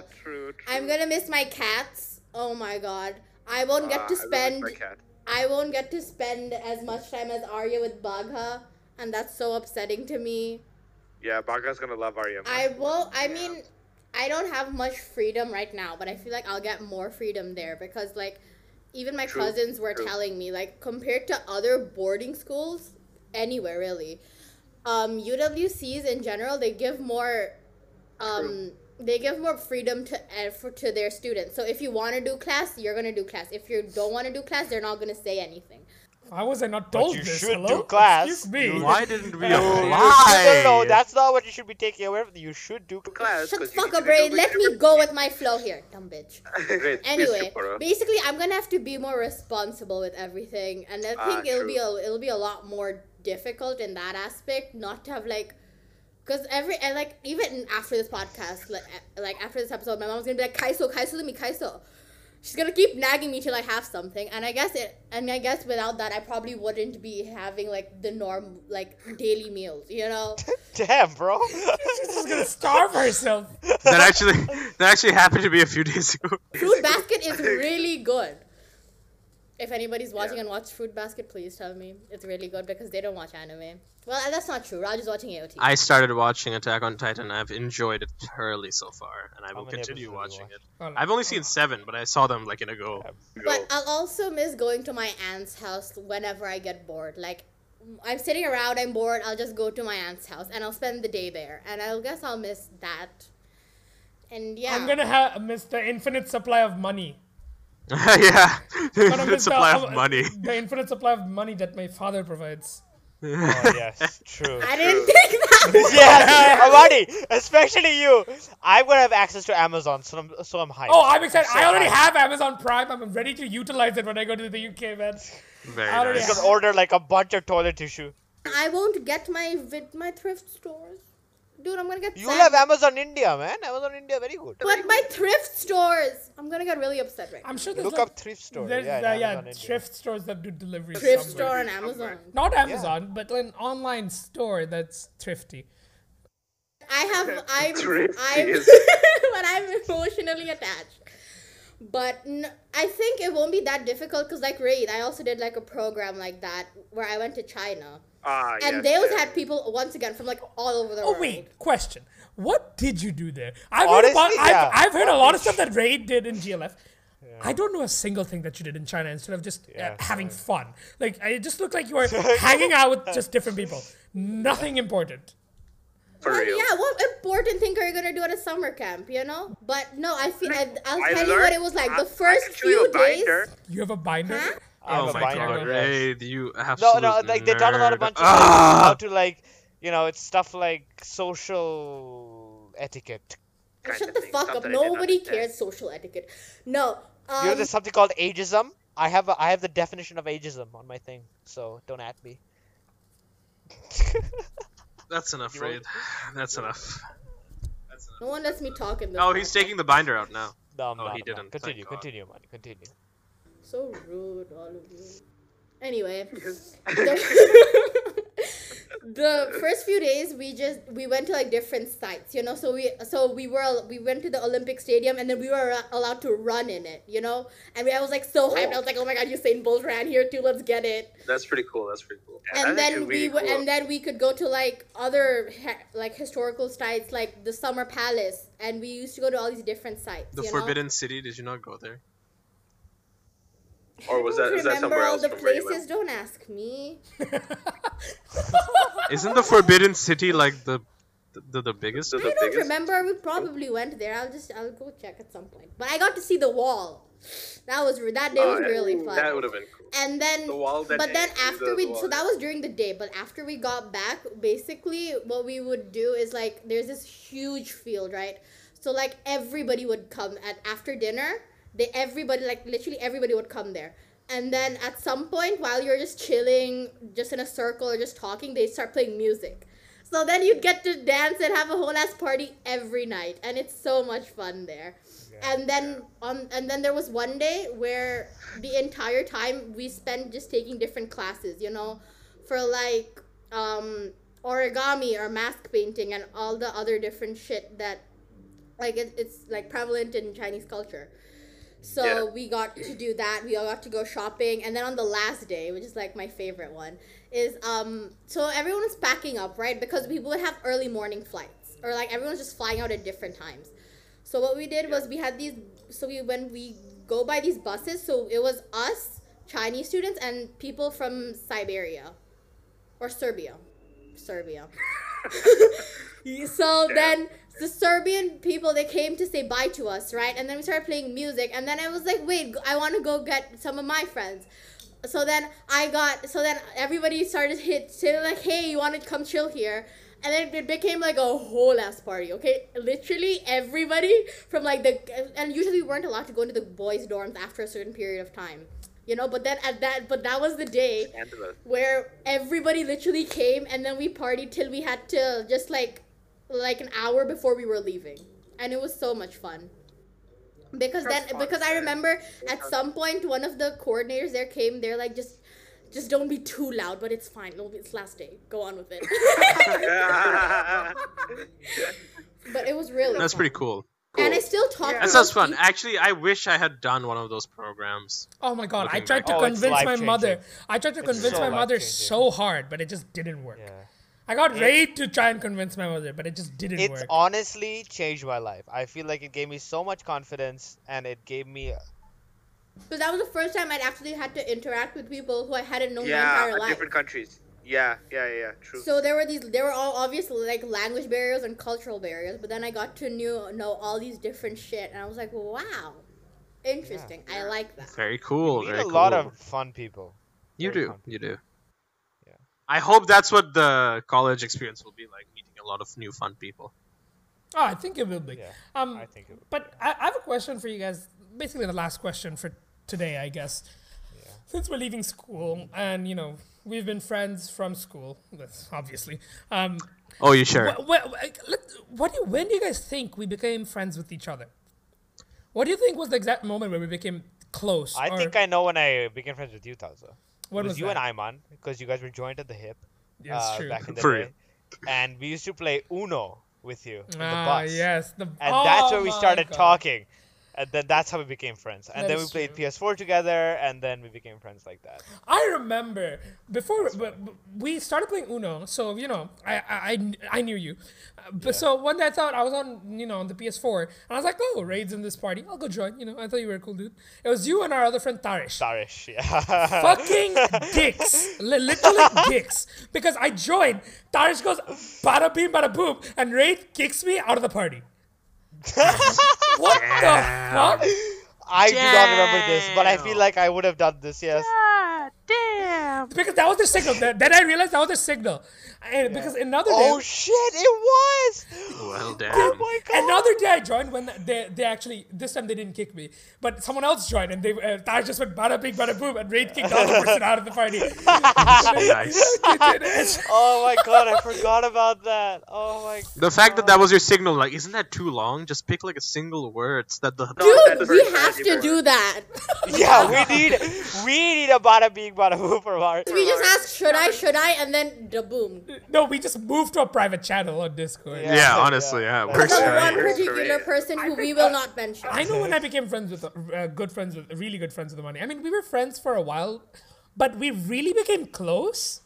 now. true. true. I'm gonna miss my cats. Oh my god. I won't Ah, get to I really spend like my cat. I won't get to spend as much time as Arya with Bagha, and that's so upsetting to me. Yeah, Baga's gonna love Arya. I will. I Yeah. mean, I don't have much freedom right now, but I feel like I'll get more freedom there because, like, even my True, cousins were true. telling me, like, compared to other boarding schools, anywhere really, um, UWCs in general they give more, um, True. they give more freedom to eh, for, to their students. So if you want to do class, you're gonna do class. If you don't want to do class, they're not gonna say anything. Why was I not told you this? should Hello? do class. Excuse me. You- Why didn't we No, No, no, no, apply? no, no, that's not what you should be taking away from. You should do class. Shut the 'cause you fuck need up, to be Ray. doing Let me everything. go with my flow here, dumb bitch. Wait, please, anyway, Shapiro. basically, I'm gonna have to be more responsible with everything, and I Ah, think it'll be true. a, it'll be a lot more difficult in that aspect. Not to have like, because every and like even after this podcast, like eh, like after this episode, my mom's gonna be like Kaiso, Kaiso, me Kaiso. She's gonna keep nagging me till I have something, and I guess it. And I guess without that, I probably wouldn't be having like the norm, like daily meals. You know, Damn, bro. She's gonna starve herself. That actually, that actually happened to me a few days ago. Food Basket is really good. If anybody's watching and watched Food Basket, please tell me. It's really good because they don't watch anime. Well, uh, that's not true. Raj is watching AOT. I started watching Attack on Titan. I've enjoyed it thoroughly so far, and I will many continue episodes have watching you it. watched? I've only seen seven, but I saw them like in a go. But I'll also miss going to my aunt's house whenever I get bored. Like, I'm sitting around, I'm bored, I'll just go to my aunt's house and I'll spend the day there. And I will guess I'll miss that. And yeah. I'm gonna ha- miss the infinite supply of money. yeah, Gonna the miss the- supply uh, of money. The infinite supply of money that my father provides. Oh, yes, true. I didn't think that. Yes, Amani, especially you. I'm gonna have access to Amazon, so I'm so I'm hyped. Oh, I'm excited. so I already hyped. have Amazon Prime. I'm ready to utilize it when I go to the UK, man. Very I already nice. Oh You can order like a bunch of toilet tissue. I won't get my with my thrift stores. Dude, I'm gonna get You sad. have Amazon India, man. Amazon India, very good. But my thrift stores. I'm gonna get really upset right now. I'm sure there's Look like, up thrift store. there's yeah, in uh, Amazon yeah India. thrift stores that do delivery. thrift somewhere. store on Somewhere. Amazon. Not Amazon, but an online store that's thrifty. I have I'm Thrifty I'm is- but I'm emotionally attached. But n- I think it won't be that difficult because like Raid, I also did like a program like that where I went to China. Ah, And yes, those yes. had people once again from like all over the Oh world. wait, question. What did you do there? I've heard Honestly, about, yeah. I've, I've heard a What lot did of stuff that Raid did in GLF. I don't know a single thing that you did in China instead of just Yeah, uh, having fun. Like it just looked like you were hanging out with just different people. Nothing important. For Well, real. "Oh, yeah, what important thing are you gonna do at a summer camp? You know? But no, I feel I, I'll I tell you what learned- it was like. I- the I first can show you few a days, binder. You have a binder. Huh? I have oh a my binder. god, Ray, you No, absolute no, like they taught a lot of bunch nerd. of like, how Ah! to like, you know, it's stuff like social etiquette. kind shut of the thing, fuck stuff up. that I didn't Nobody understand. cares social etiquette. No. Um, you know, there's something called ageism. I have a, I have the definition of ageism on my thing, so don't at me. That's enough, You want- Ray. That's enough. That's enough. no one lets me talk in this. Oh, he's podcast. taking the binder out now. No, I'm Oh, not, he I'm not. didn't. Thank Continue, God. continue, man, continue. So rude, all of you. Anyway, Yes. the, the first few days we just we went to like different sites, you know. So we so we were al- we went to the Olympic Stadium and then we were al- allowed to run in it, you know. And I was like so hyped. I was like, oh my god, Usain Bolt ran here too. Let's get it. That's pretty cool. That's pretty cool. Yeah, and that's then actually we really w- cool. and then we could go to like other he- like historical sites like the summer palace and we used to go to all these different sites The you Forbidden City. Did you not go there? know? Or was I don't that is that remember somewhere all else the from where you places went? don't ask me Isn't the Forbidden City like the the, the biggest? So i the don't biggest remember we probably went there i'll just i'll go check at some point but i got to see the wall that was re- that day was Oh, really fun That would have been cool. and then The wall that but day, then the- after we the so wall. that was during the day but after we got back basically what we would do is like there's this huge field right so like everybody would come at after dinner they everybody like literally everybody would come there and then at some point while you're just chilling just in a circle or just talking they start playing music so then you get to dance and have a whole ass party every night, and it's so much fun there. And then on, and then there was one day where the entire time we spent just taking different classes, you know, for like um, origami or mask painting and all the other different shit that like it, it's like prevalent in Chinese culture. So Yeah. we got to do that. We all got to go shopping, and then on the last day, which is like my favorite one, is um. So everyone was packing up, right? Because we would have early morning flights, or like everyone's just flying out at different times. So what we did was we had these. So we when we go by these buses, so it was us Chinese students and people from Siberia, or Serbia, Serbia. so then the Serbian people they came to say bye to us, right? And then we started playing music, and then I was like, wait, I want to go get some of my friends. So then I got so then everybody started hit saying like, hey, you want to come chill here? And then it became like a whole ass party, okay? Literally everybody from like the and usually we weren't allowed to go into the boys' dorms after a certain period of time, you know. But then at that, but that was the day Angela. where everybody literally came and then we partied till we had to just like like an hour before we were leaving and it was so much fun because then because i remember at some point one of the coordinators there came they're like just just don't be too loud but it's fine it'll be it's last day go on with it but it was really That's fun. pretty cool. and i still talk That to sounds those fun. people. Actually, I wish I had done one of those programs. Oh my god! I Looking tried back. to Oh, it's convince my mother. life-changing. I tried to convince so my mother life-changing. so hard, but it just didn't work. Yeah. I got Ray to try and convince my mother, but it just didn't It's work. honestly changed my life. I feel like it gave me so much confidence and it gave me so that was the first time i'd actually had to interact with people who i hadn't known my yeah, entire life different countries. Yeah, yeah, yeah, yeah. True. So there were these, there were all obviously like language barriers and cultural barriers, but then I got to knew, know all these different shit, and I was like, wow, interesting. I like that. Very cool. you meet Oh, very a lot cool. of fun people. You very do. fun You do. Yeah. I hope that's what the college experience will be like, meeting a lot of new fun people. Oh, I think it will be. Yeah, um, I think it will But I, I have a question for you guys. Basically, the last question for today, I guess. Since we're leaving school, and you know, we've been friends from school. That's obviously. Um, Oh, you sure? wh- wh- like, let- what do you, when do you guys think we became friends with each other? What do you think was the exact moment where we became close? I or think I know when I became friends with you, What Tazo. it was, was you that? and Iman because you guys were joined at the hip Yeah, it's uh, true. back in the For day, real. and we used to play Uno with you in the Ah, bus. yes. The, And oh that's where we my started God. talking. and then that's how we became friends. And That then we is played true. PS4 together, and then we became friends like that. I remember before b- b- we started playing Uno, so you know I I, I- I knew you, Uh, but so one day I thought I was on you know on the PS4 and I was like oh raids in this party I'll go join you know I thought you were a cool dude it was you and our other friend Tarish Tarish, yeah. fucking dicks Li- literally dicks because I joined Tarish goes bada beam bada boom and Raid kicks me out of the party. what the fuck? I do not remember this, but I feel Damn. like I would have done this. Yes. Because that was the signal. Th- Then I realized that was the signal. And because another day, Oh shit! It was. Well, Oh damn. my god. Another day I joined when they, they actually this time they didn't kick me, but someone else joined and they uh, I just went bada bing bada boom and Raid kicked the other person out of the party. nice. Oh my god! I forgot about that. Oh my. The fact that that was your signal, like, isn't that too long? Just pick like a single word so that the. Dude, Dude, we have to do that. Yeah, we need we need a bada bing bada boom for our. We just ask, should I, should I, and then da boom. no, we just moved to a private channel on Discord. Yeah. Yeah, honestly, yeah, it That's- The works Sorry. one out. particular person who we will not mention. I know when I became friends with uh, good friends with really good friends with Amani. I mean, we were friends for a while, but we really became close.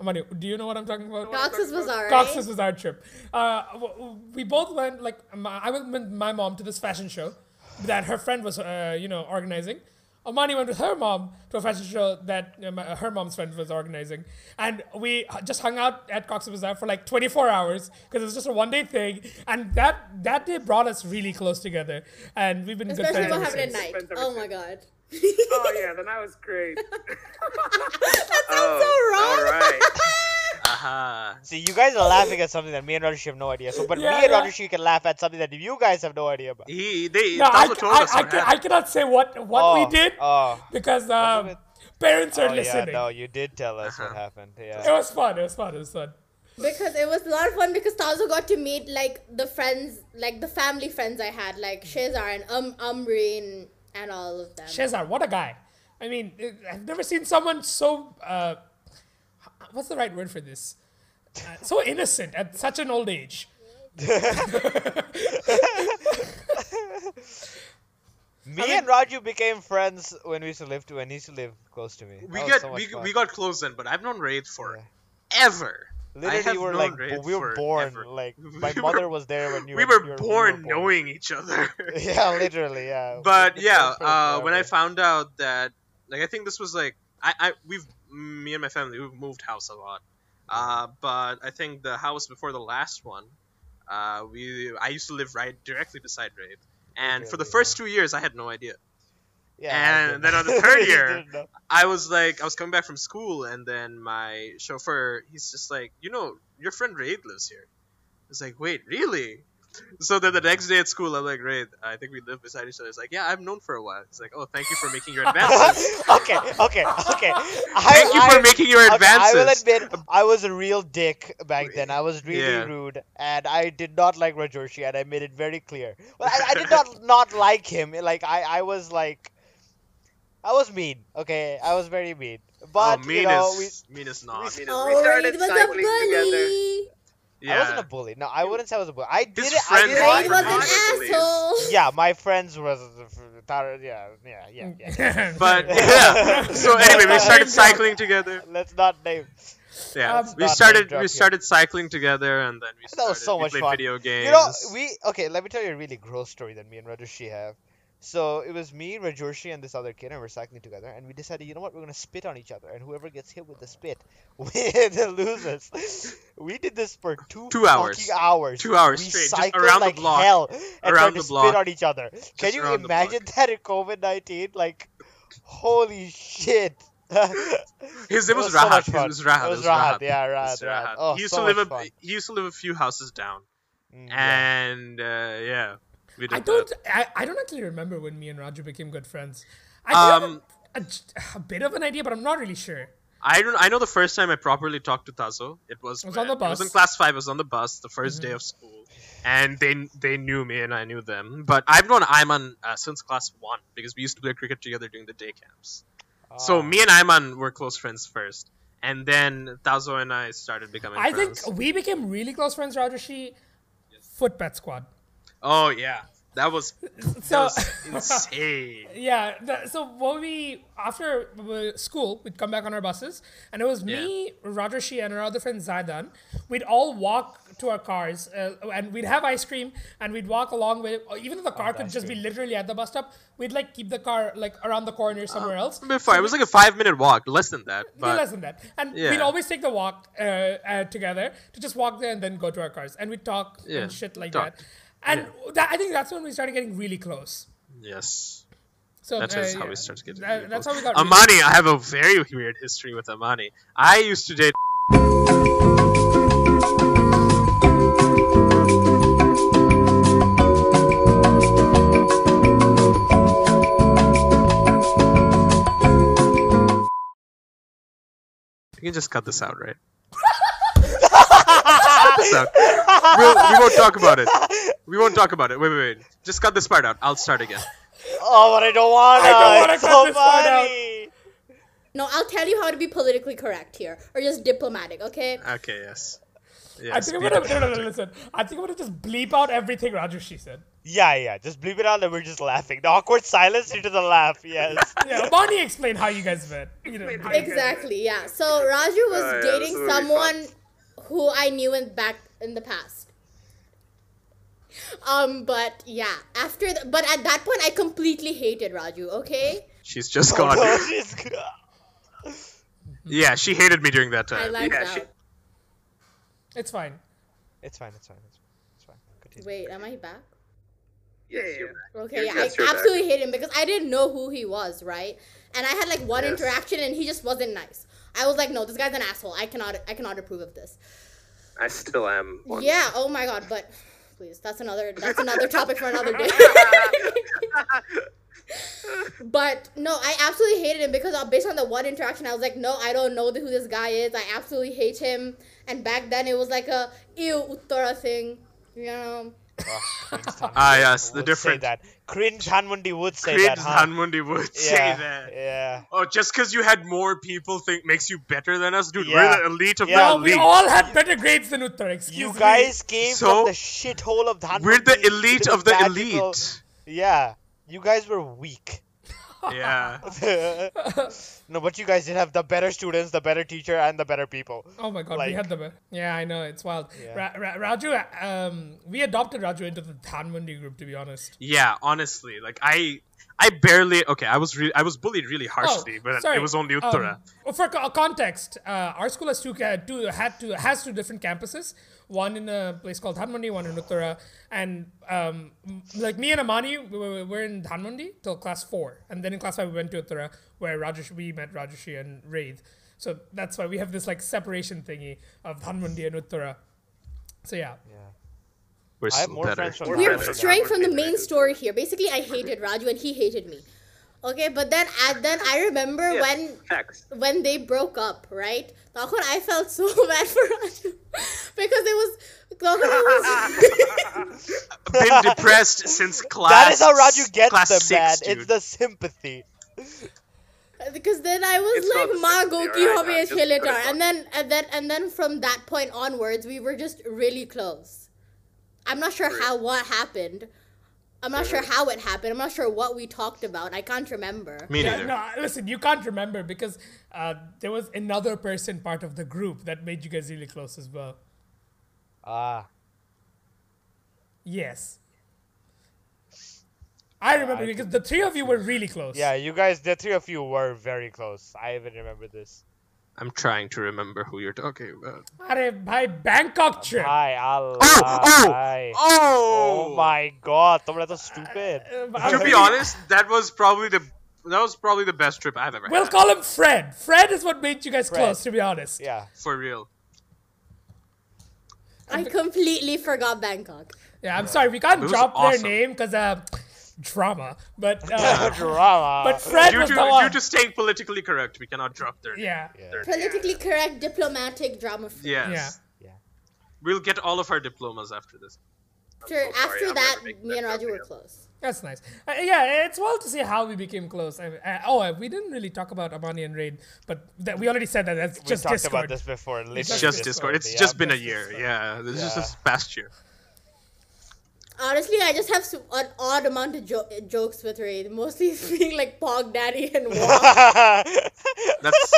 Amani, do you know what I'm talking about? Cox's Bazaar. right? Cox's was our trip. Uh, w- w- we both went like my, I went with my mom to this fashion show that her friend was uh, you know organizing. Amani went with her mom to a fashion show that uh, my, her mom's friend was organizing, and we h- just hung out at Cox's Bazaar for like 24 hours because it was just a one day thing. And that that day brought us really close together, and we've been Especially good friends. what ever happened at since. night. Oh my god. Oh yeah, then I was great. so wrong. All right. Aha. See, you guys are laughing at something that me and Radushi have no idea. So, but Yeah, me and yeah. Radushi can laugh at something that you guys have no idea about. He, they, No, I, Tasso ca- told I, us I, what ca- I happened. cannot say what what Oh, we did Oh. because um, it- parents are Oh, yeah, listening. no, you did tell us Uh-huh. what happened. Yeah. It was fun. It was fun. It was fun. Because it was a lot of fun because Tazo got to meet like the friends, like the family friends I had, like Shazar and um Umbreen and all of them. Shezar, what a guy. I mean, it- I've never seen someone so. Uh, h- what's the right word for this? Uh, so innocent at such an old age. Me and Raju became friends when we used to live to when he used to live close to me. We That was got, Oh, so much we, fun. we got close then, but I've known Raid for ever. I Literally, have we were known like Raid we were for born. ever. Like We my were- mother was there when you we were, were you born you were knowing each other. Yeah, literally, yeah. but We've been yeah, friends for uh, when I forever. found out that, like, I think this was like, I, I, we've, me and my family, we've moved house a lot. Uh, but I think the house before the last one, uh, we, I used to live right directly beside Raid, and for the Really, first two years, I had no idea. yeah, I didn't and then on the know. third You year- didn't know. I was like, I was coming back from school, and then my chauffeur, he's just like, you know, your friend Raid lives here. I was like, wait, really? So then the next day at school, I'm like, Raid, I think we live beside each other. He's like, yeah, I've known for a while. He's like, oh, thank you for making your advances. okay, okay, okay. I, thank you I- for making your okay, I advances. will admit, I was a real dick back then. I was really Yeah. rude, and I did not like Rajoshi, and I made it very clear. Well, I, I did not not like him. Like I, I was like, I was mean. Okay, I was very mean. But oh, mean you know, we, is mean is not. we Oh, started Raid was a cycling together. bully. yeah. I wasn't a bully. No, I wouldn't say I was a bully. I did His it. I friends did it. were Raid Raid was was a an bully. asshole. Yeah, my friends was yeah, yeah, yeah. Mm. yeah. But yeah. So anyway, we started cycling together. Let's not name. Yeah, Um, we God, name started drop we here. started cycling together, and then we That started was so we much played fun. video games. You know, we okay. Let me tell you a really gross story that me and Rajushi have. So it was me, Rajurshi, and this other kid, and we're cycling together, and we decided, you know what, we're gonna spit on each other, and whoever gets hit with the spit loses. We did this for two, Two hours. fucking hours. Two hours we straight, just cycled around the like block. hell, and tried Around to the block. spit on each other. Can Just you around the block. imagine that in COVID nineteen? Like, holy shit. His It name was was, so Rahat. much His fun. name was Rahat. It was Rahat, yeah, It was Rahat, Rahat. Oh, he used so to live much a fun. he used to live a few houses down, Mm, yeah. and uh, yeah, we did I don't. I, I don't actually remember when me and Raju became good friends. I do have Um, a- a, j- a bit of an idea, but I'm not really sure. I don't. I know the first time I properly talked to Tazo, it was, was on when- the It was in bus. Mm-hmm. class five. It was on the bus the 1st day of school, and they they knew me and I knew them. But I've known Ayman uh, since class one because we used to play cricket together during the day camps. So Ah. me and Ayman were close friends first, and then Tazo and I started becoming. I friends. think we became really close friends, Rajushi. Footpet Squad. Oh yeah, That was So- that was insane. Yeah. The, so when we after uh, school, we'd come back on our buses, and it was me, Roger Shi, and our other friend Zaidan. We'd all walk to our cars, uh, and we'd have ice cream, and we'd walk a long way. or Even though Oh, the car could ice just be cream. literally at the bus stop, we'd like keep the car like around the Uh, corner somewhere else. Before It was like a five minute walk, less than that. No But less than that. And we'd Yeah. always take the walk uh, uh, together to just walk there and then go to our cars. And we'd talk Yeah, and shit like talk. that. And that, I think that's when we started getting really close. yes. So That's uh, how yeah. we started getting. That- really that's how close. Um, we got. really- Amani, I have a very weird history with Amani. I used to date. You can just cut this out, right? Cut this out. We'll, we won't talk about it. We won't talk about it. Wait, wait, wait. Just cut this part out. I'll start again. Oh, but I don't want to. I don't wanna it's cut so this part out. funny. No, I'll tell you how to be politically correct here, or just diplomatic, okay? Okay, yes. yes I think I'm gonna be no, no, diplomatic. no, listen. I think I'm gonna just bleep out everything Rajesh said. Yeah, yeah. Just bleep it out and we're just laughing. The awkward silence into the laugh. Yes. Yeah, Bonnie explained how you guys met. You know, Explain how you- Exactly, yeah. So Raju was Oh, yeah, dating this is really someone who I knew in back in the past. Um, but yeah, after the, but at that point I completely hated Raju, okay? She's just Oh, gone. no, she's g- Yeah, she hated me during that I time. lagged yeah, she- out. it's fine. It's fine. It's fine. It's fine. It's fine. Continue. Wait, am I back? Yeah, yeah. Okay, yeah, I Yes, you're back. absolutely hated him because I didn't know who he was, right? And I had like one Yes. interaction and he just wasn't nice. I was like, no, this guy's an asshole. I cannot I cannot approve of this. I still am. one. Yeah, oh my god, but please, that's another that's another topic for another day. but no, I absolutely hated him because uh, based on the one interaction, I was like, no, I don't know who this guy is. I absolutely hate him. And back then, it was like a ew Uttara thing, you know. Oh, cringe Tanmundi Ah, yes, the would difference. Say that. Cringe Hanmundi would say Cringe that. Huh? Hanmundi would yeah, say that. Yeah. Oh, just because you had more people think makes you better than us, dude. Yeah. We're the elite of Yeah. No, the we elite. all had better grades than Uttar. Excuse You me. guys came So, from the shithole of Dhanmundi. We're the elite to of the magical- elite. Yeah. You guys were weak. Yeah. no, but you guys did have the better students, the better teacher, and the better people. Oh my god, we Like- had the best. Yeah, I know it's wild. Yeah. Ra- Ra- Raju, um, we adopted Raju into the Dhanmundi group. To be honest. Yeah, honestly. Like I I barely okay, I was re- I was bullied really Oh, harshly, but Oh, sorry, it was only Uttara. um, well, for co- context, uh, our school has two, ca- two had two has two different campuses. One in a place called Dhanmundi, one in Uttara. And um, m- like me and Amani, we were, were in Dhanmundi till class four, and then in class five we went to Uttara, where Rajesh we met Rajesh and Raid. So that's why we have this like separation thingy of Dhanmundi and Uttara. So yeah, We're I have still more better. friends from We're We're Dhanmundi. straying from the main story here. Basically, I hated Raju and he hated me. Okay, but then at then I remember Yeah, when facts. when they broke up, right? That's when I felt so bad for Raju because it was তখন it was Been depressed since class. That is how Raju gets class them, six, man. Dude. It's the sympathy. because then I was It's like not ma sexy, go alright, ki alright, hobe just put it cheletar on. and then and then and then from that point onwards we were just really close. I'm not sure how what happened. I'm not sure Mm-hmm. how it happened. I'm not sure what we talked about. I can't remember. Me yeah. neither. Uh, No, listen, you can't remember because uh, there was another person part of the group that made you guys really close as well. Ah. Yes. I remember I because the three of you were really close. Yeah, you guys, the three of you were very close. I even remember this. I'm trying to remember who you're talking about. Are bhai Bangkok trip. Hi, Allah. Oh, oh, hi. Oh, Oh my god, Tumra so stupid. Uh, To be honest, that was probably the that was probably the best trip I've ever We'll had. call him Fred. Fred is what made you guys Fred. close, to be honest. Yeah. For real. I completely forgot Bangkok. Yeah, I'm sorry, we can't It was drop awesome. their name because uh, drama. But uh, Drama. but Fred Due was to, the one. due to staying politically correct, we cannot drop their name. yeah. Yeah. Politically correct, diplomatic drama. free. Yes. Yeah. We'll get all of our diplomas after this. After, so sorry, after I'm that, gonna make me and that Raju were joke close. That's nice. Uh, yeah, it's well to see how we became close. I, I, oh, uh, we didn't really talk about Amani and Raid, but that, we already said that. That's We just talked Discord. about this before. Literally It's Discord, just Discord. It's yeah. just been a year. Yeah. This is Yeah. just past year. honestly, I just have su- an odd amount of jo- jokes with Ray. Mostly being like Pog Daddy and Wong. That's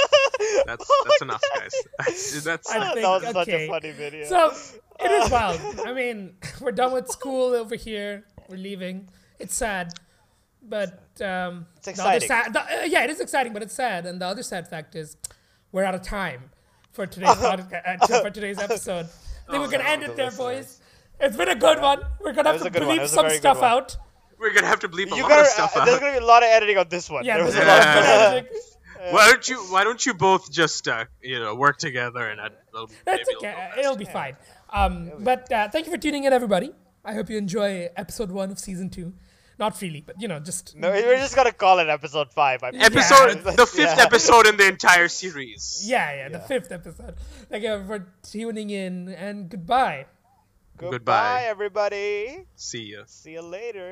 that's that's enough, guys. That's, that's I that think- was such okay. a funny video. So it is wild. I mean, we're done with school over here. We're leaving. It's sad, but um, It's the other exciting. sad, the- uh, yeah, it is exciting, but it's sad. And the other sad fact is, we're out of time for today's podcast, uh, for today's episode. I Oh, think we're gonna end it there, boys. It's been a good one. We're gonna It was have a to good one. It bleep was a some very good stuff one. out. we're gonna have to bleep a you lot of got stuff uh, out. there's gonna be a lot of editing on this one. Yeah, there was there's a lot of Yeah. lot of magic. Why don't you Why don't you both just uh, you know work together and I'd, I'll, maybe That's it'll okay. go It'll be fine. Um, but uh, thank you for tuning in, everybody. I hope you enjoy episode one of season two. Not really, but you know, just No, we're just gonna call it episode five. I mean, episode Yeah. the fifth Yeah. episode in the entire series. yeah, yeah, the fifth episode. Thank you for tuning in, and goodbye. Goodbye, Goodbye. everybody. See ya. See you later.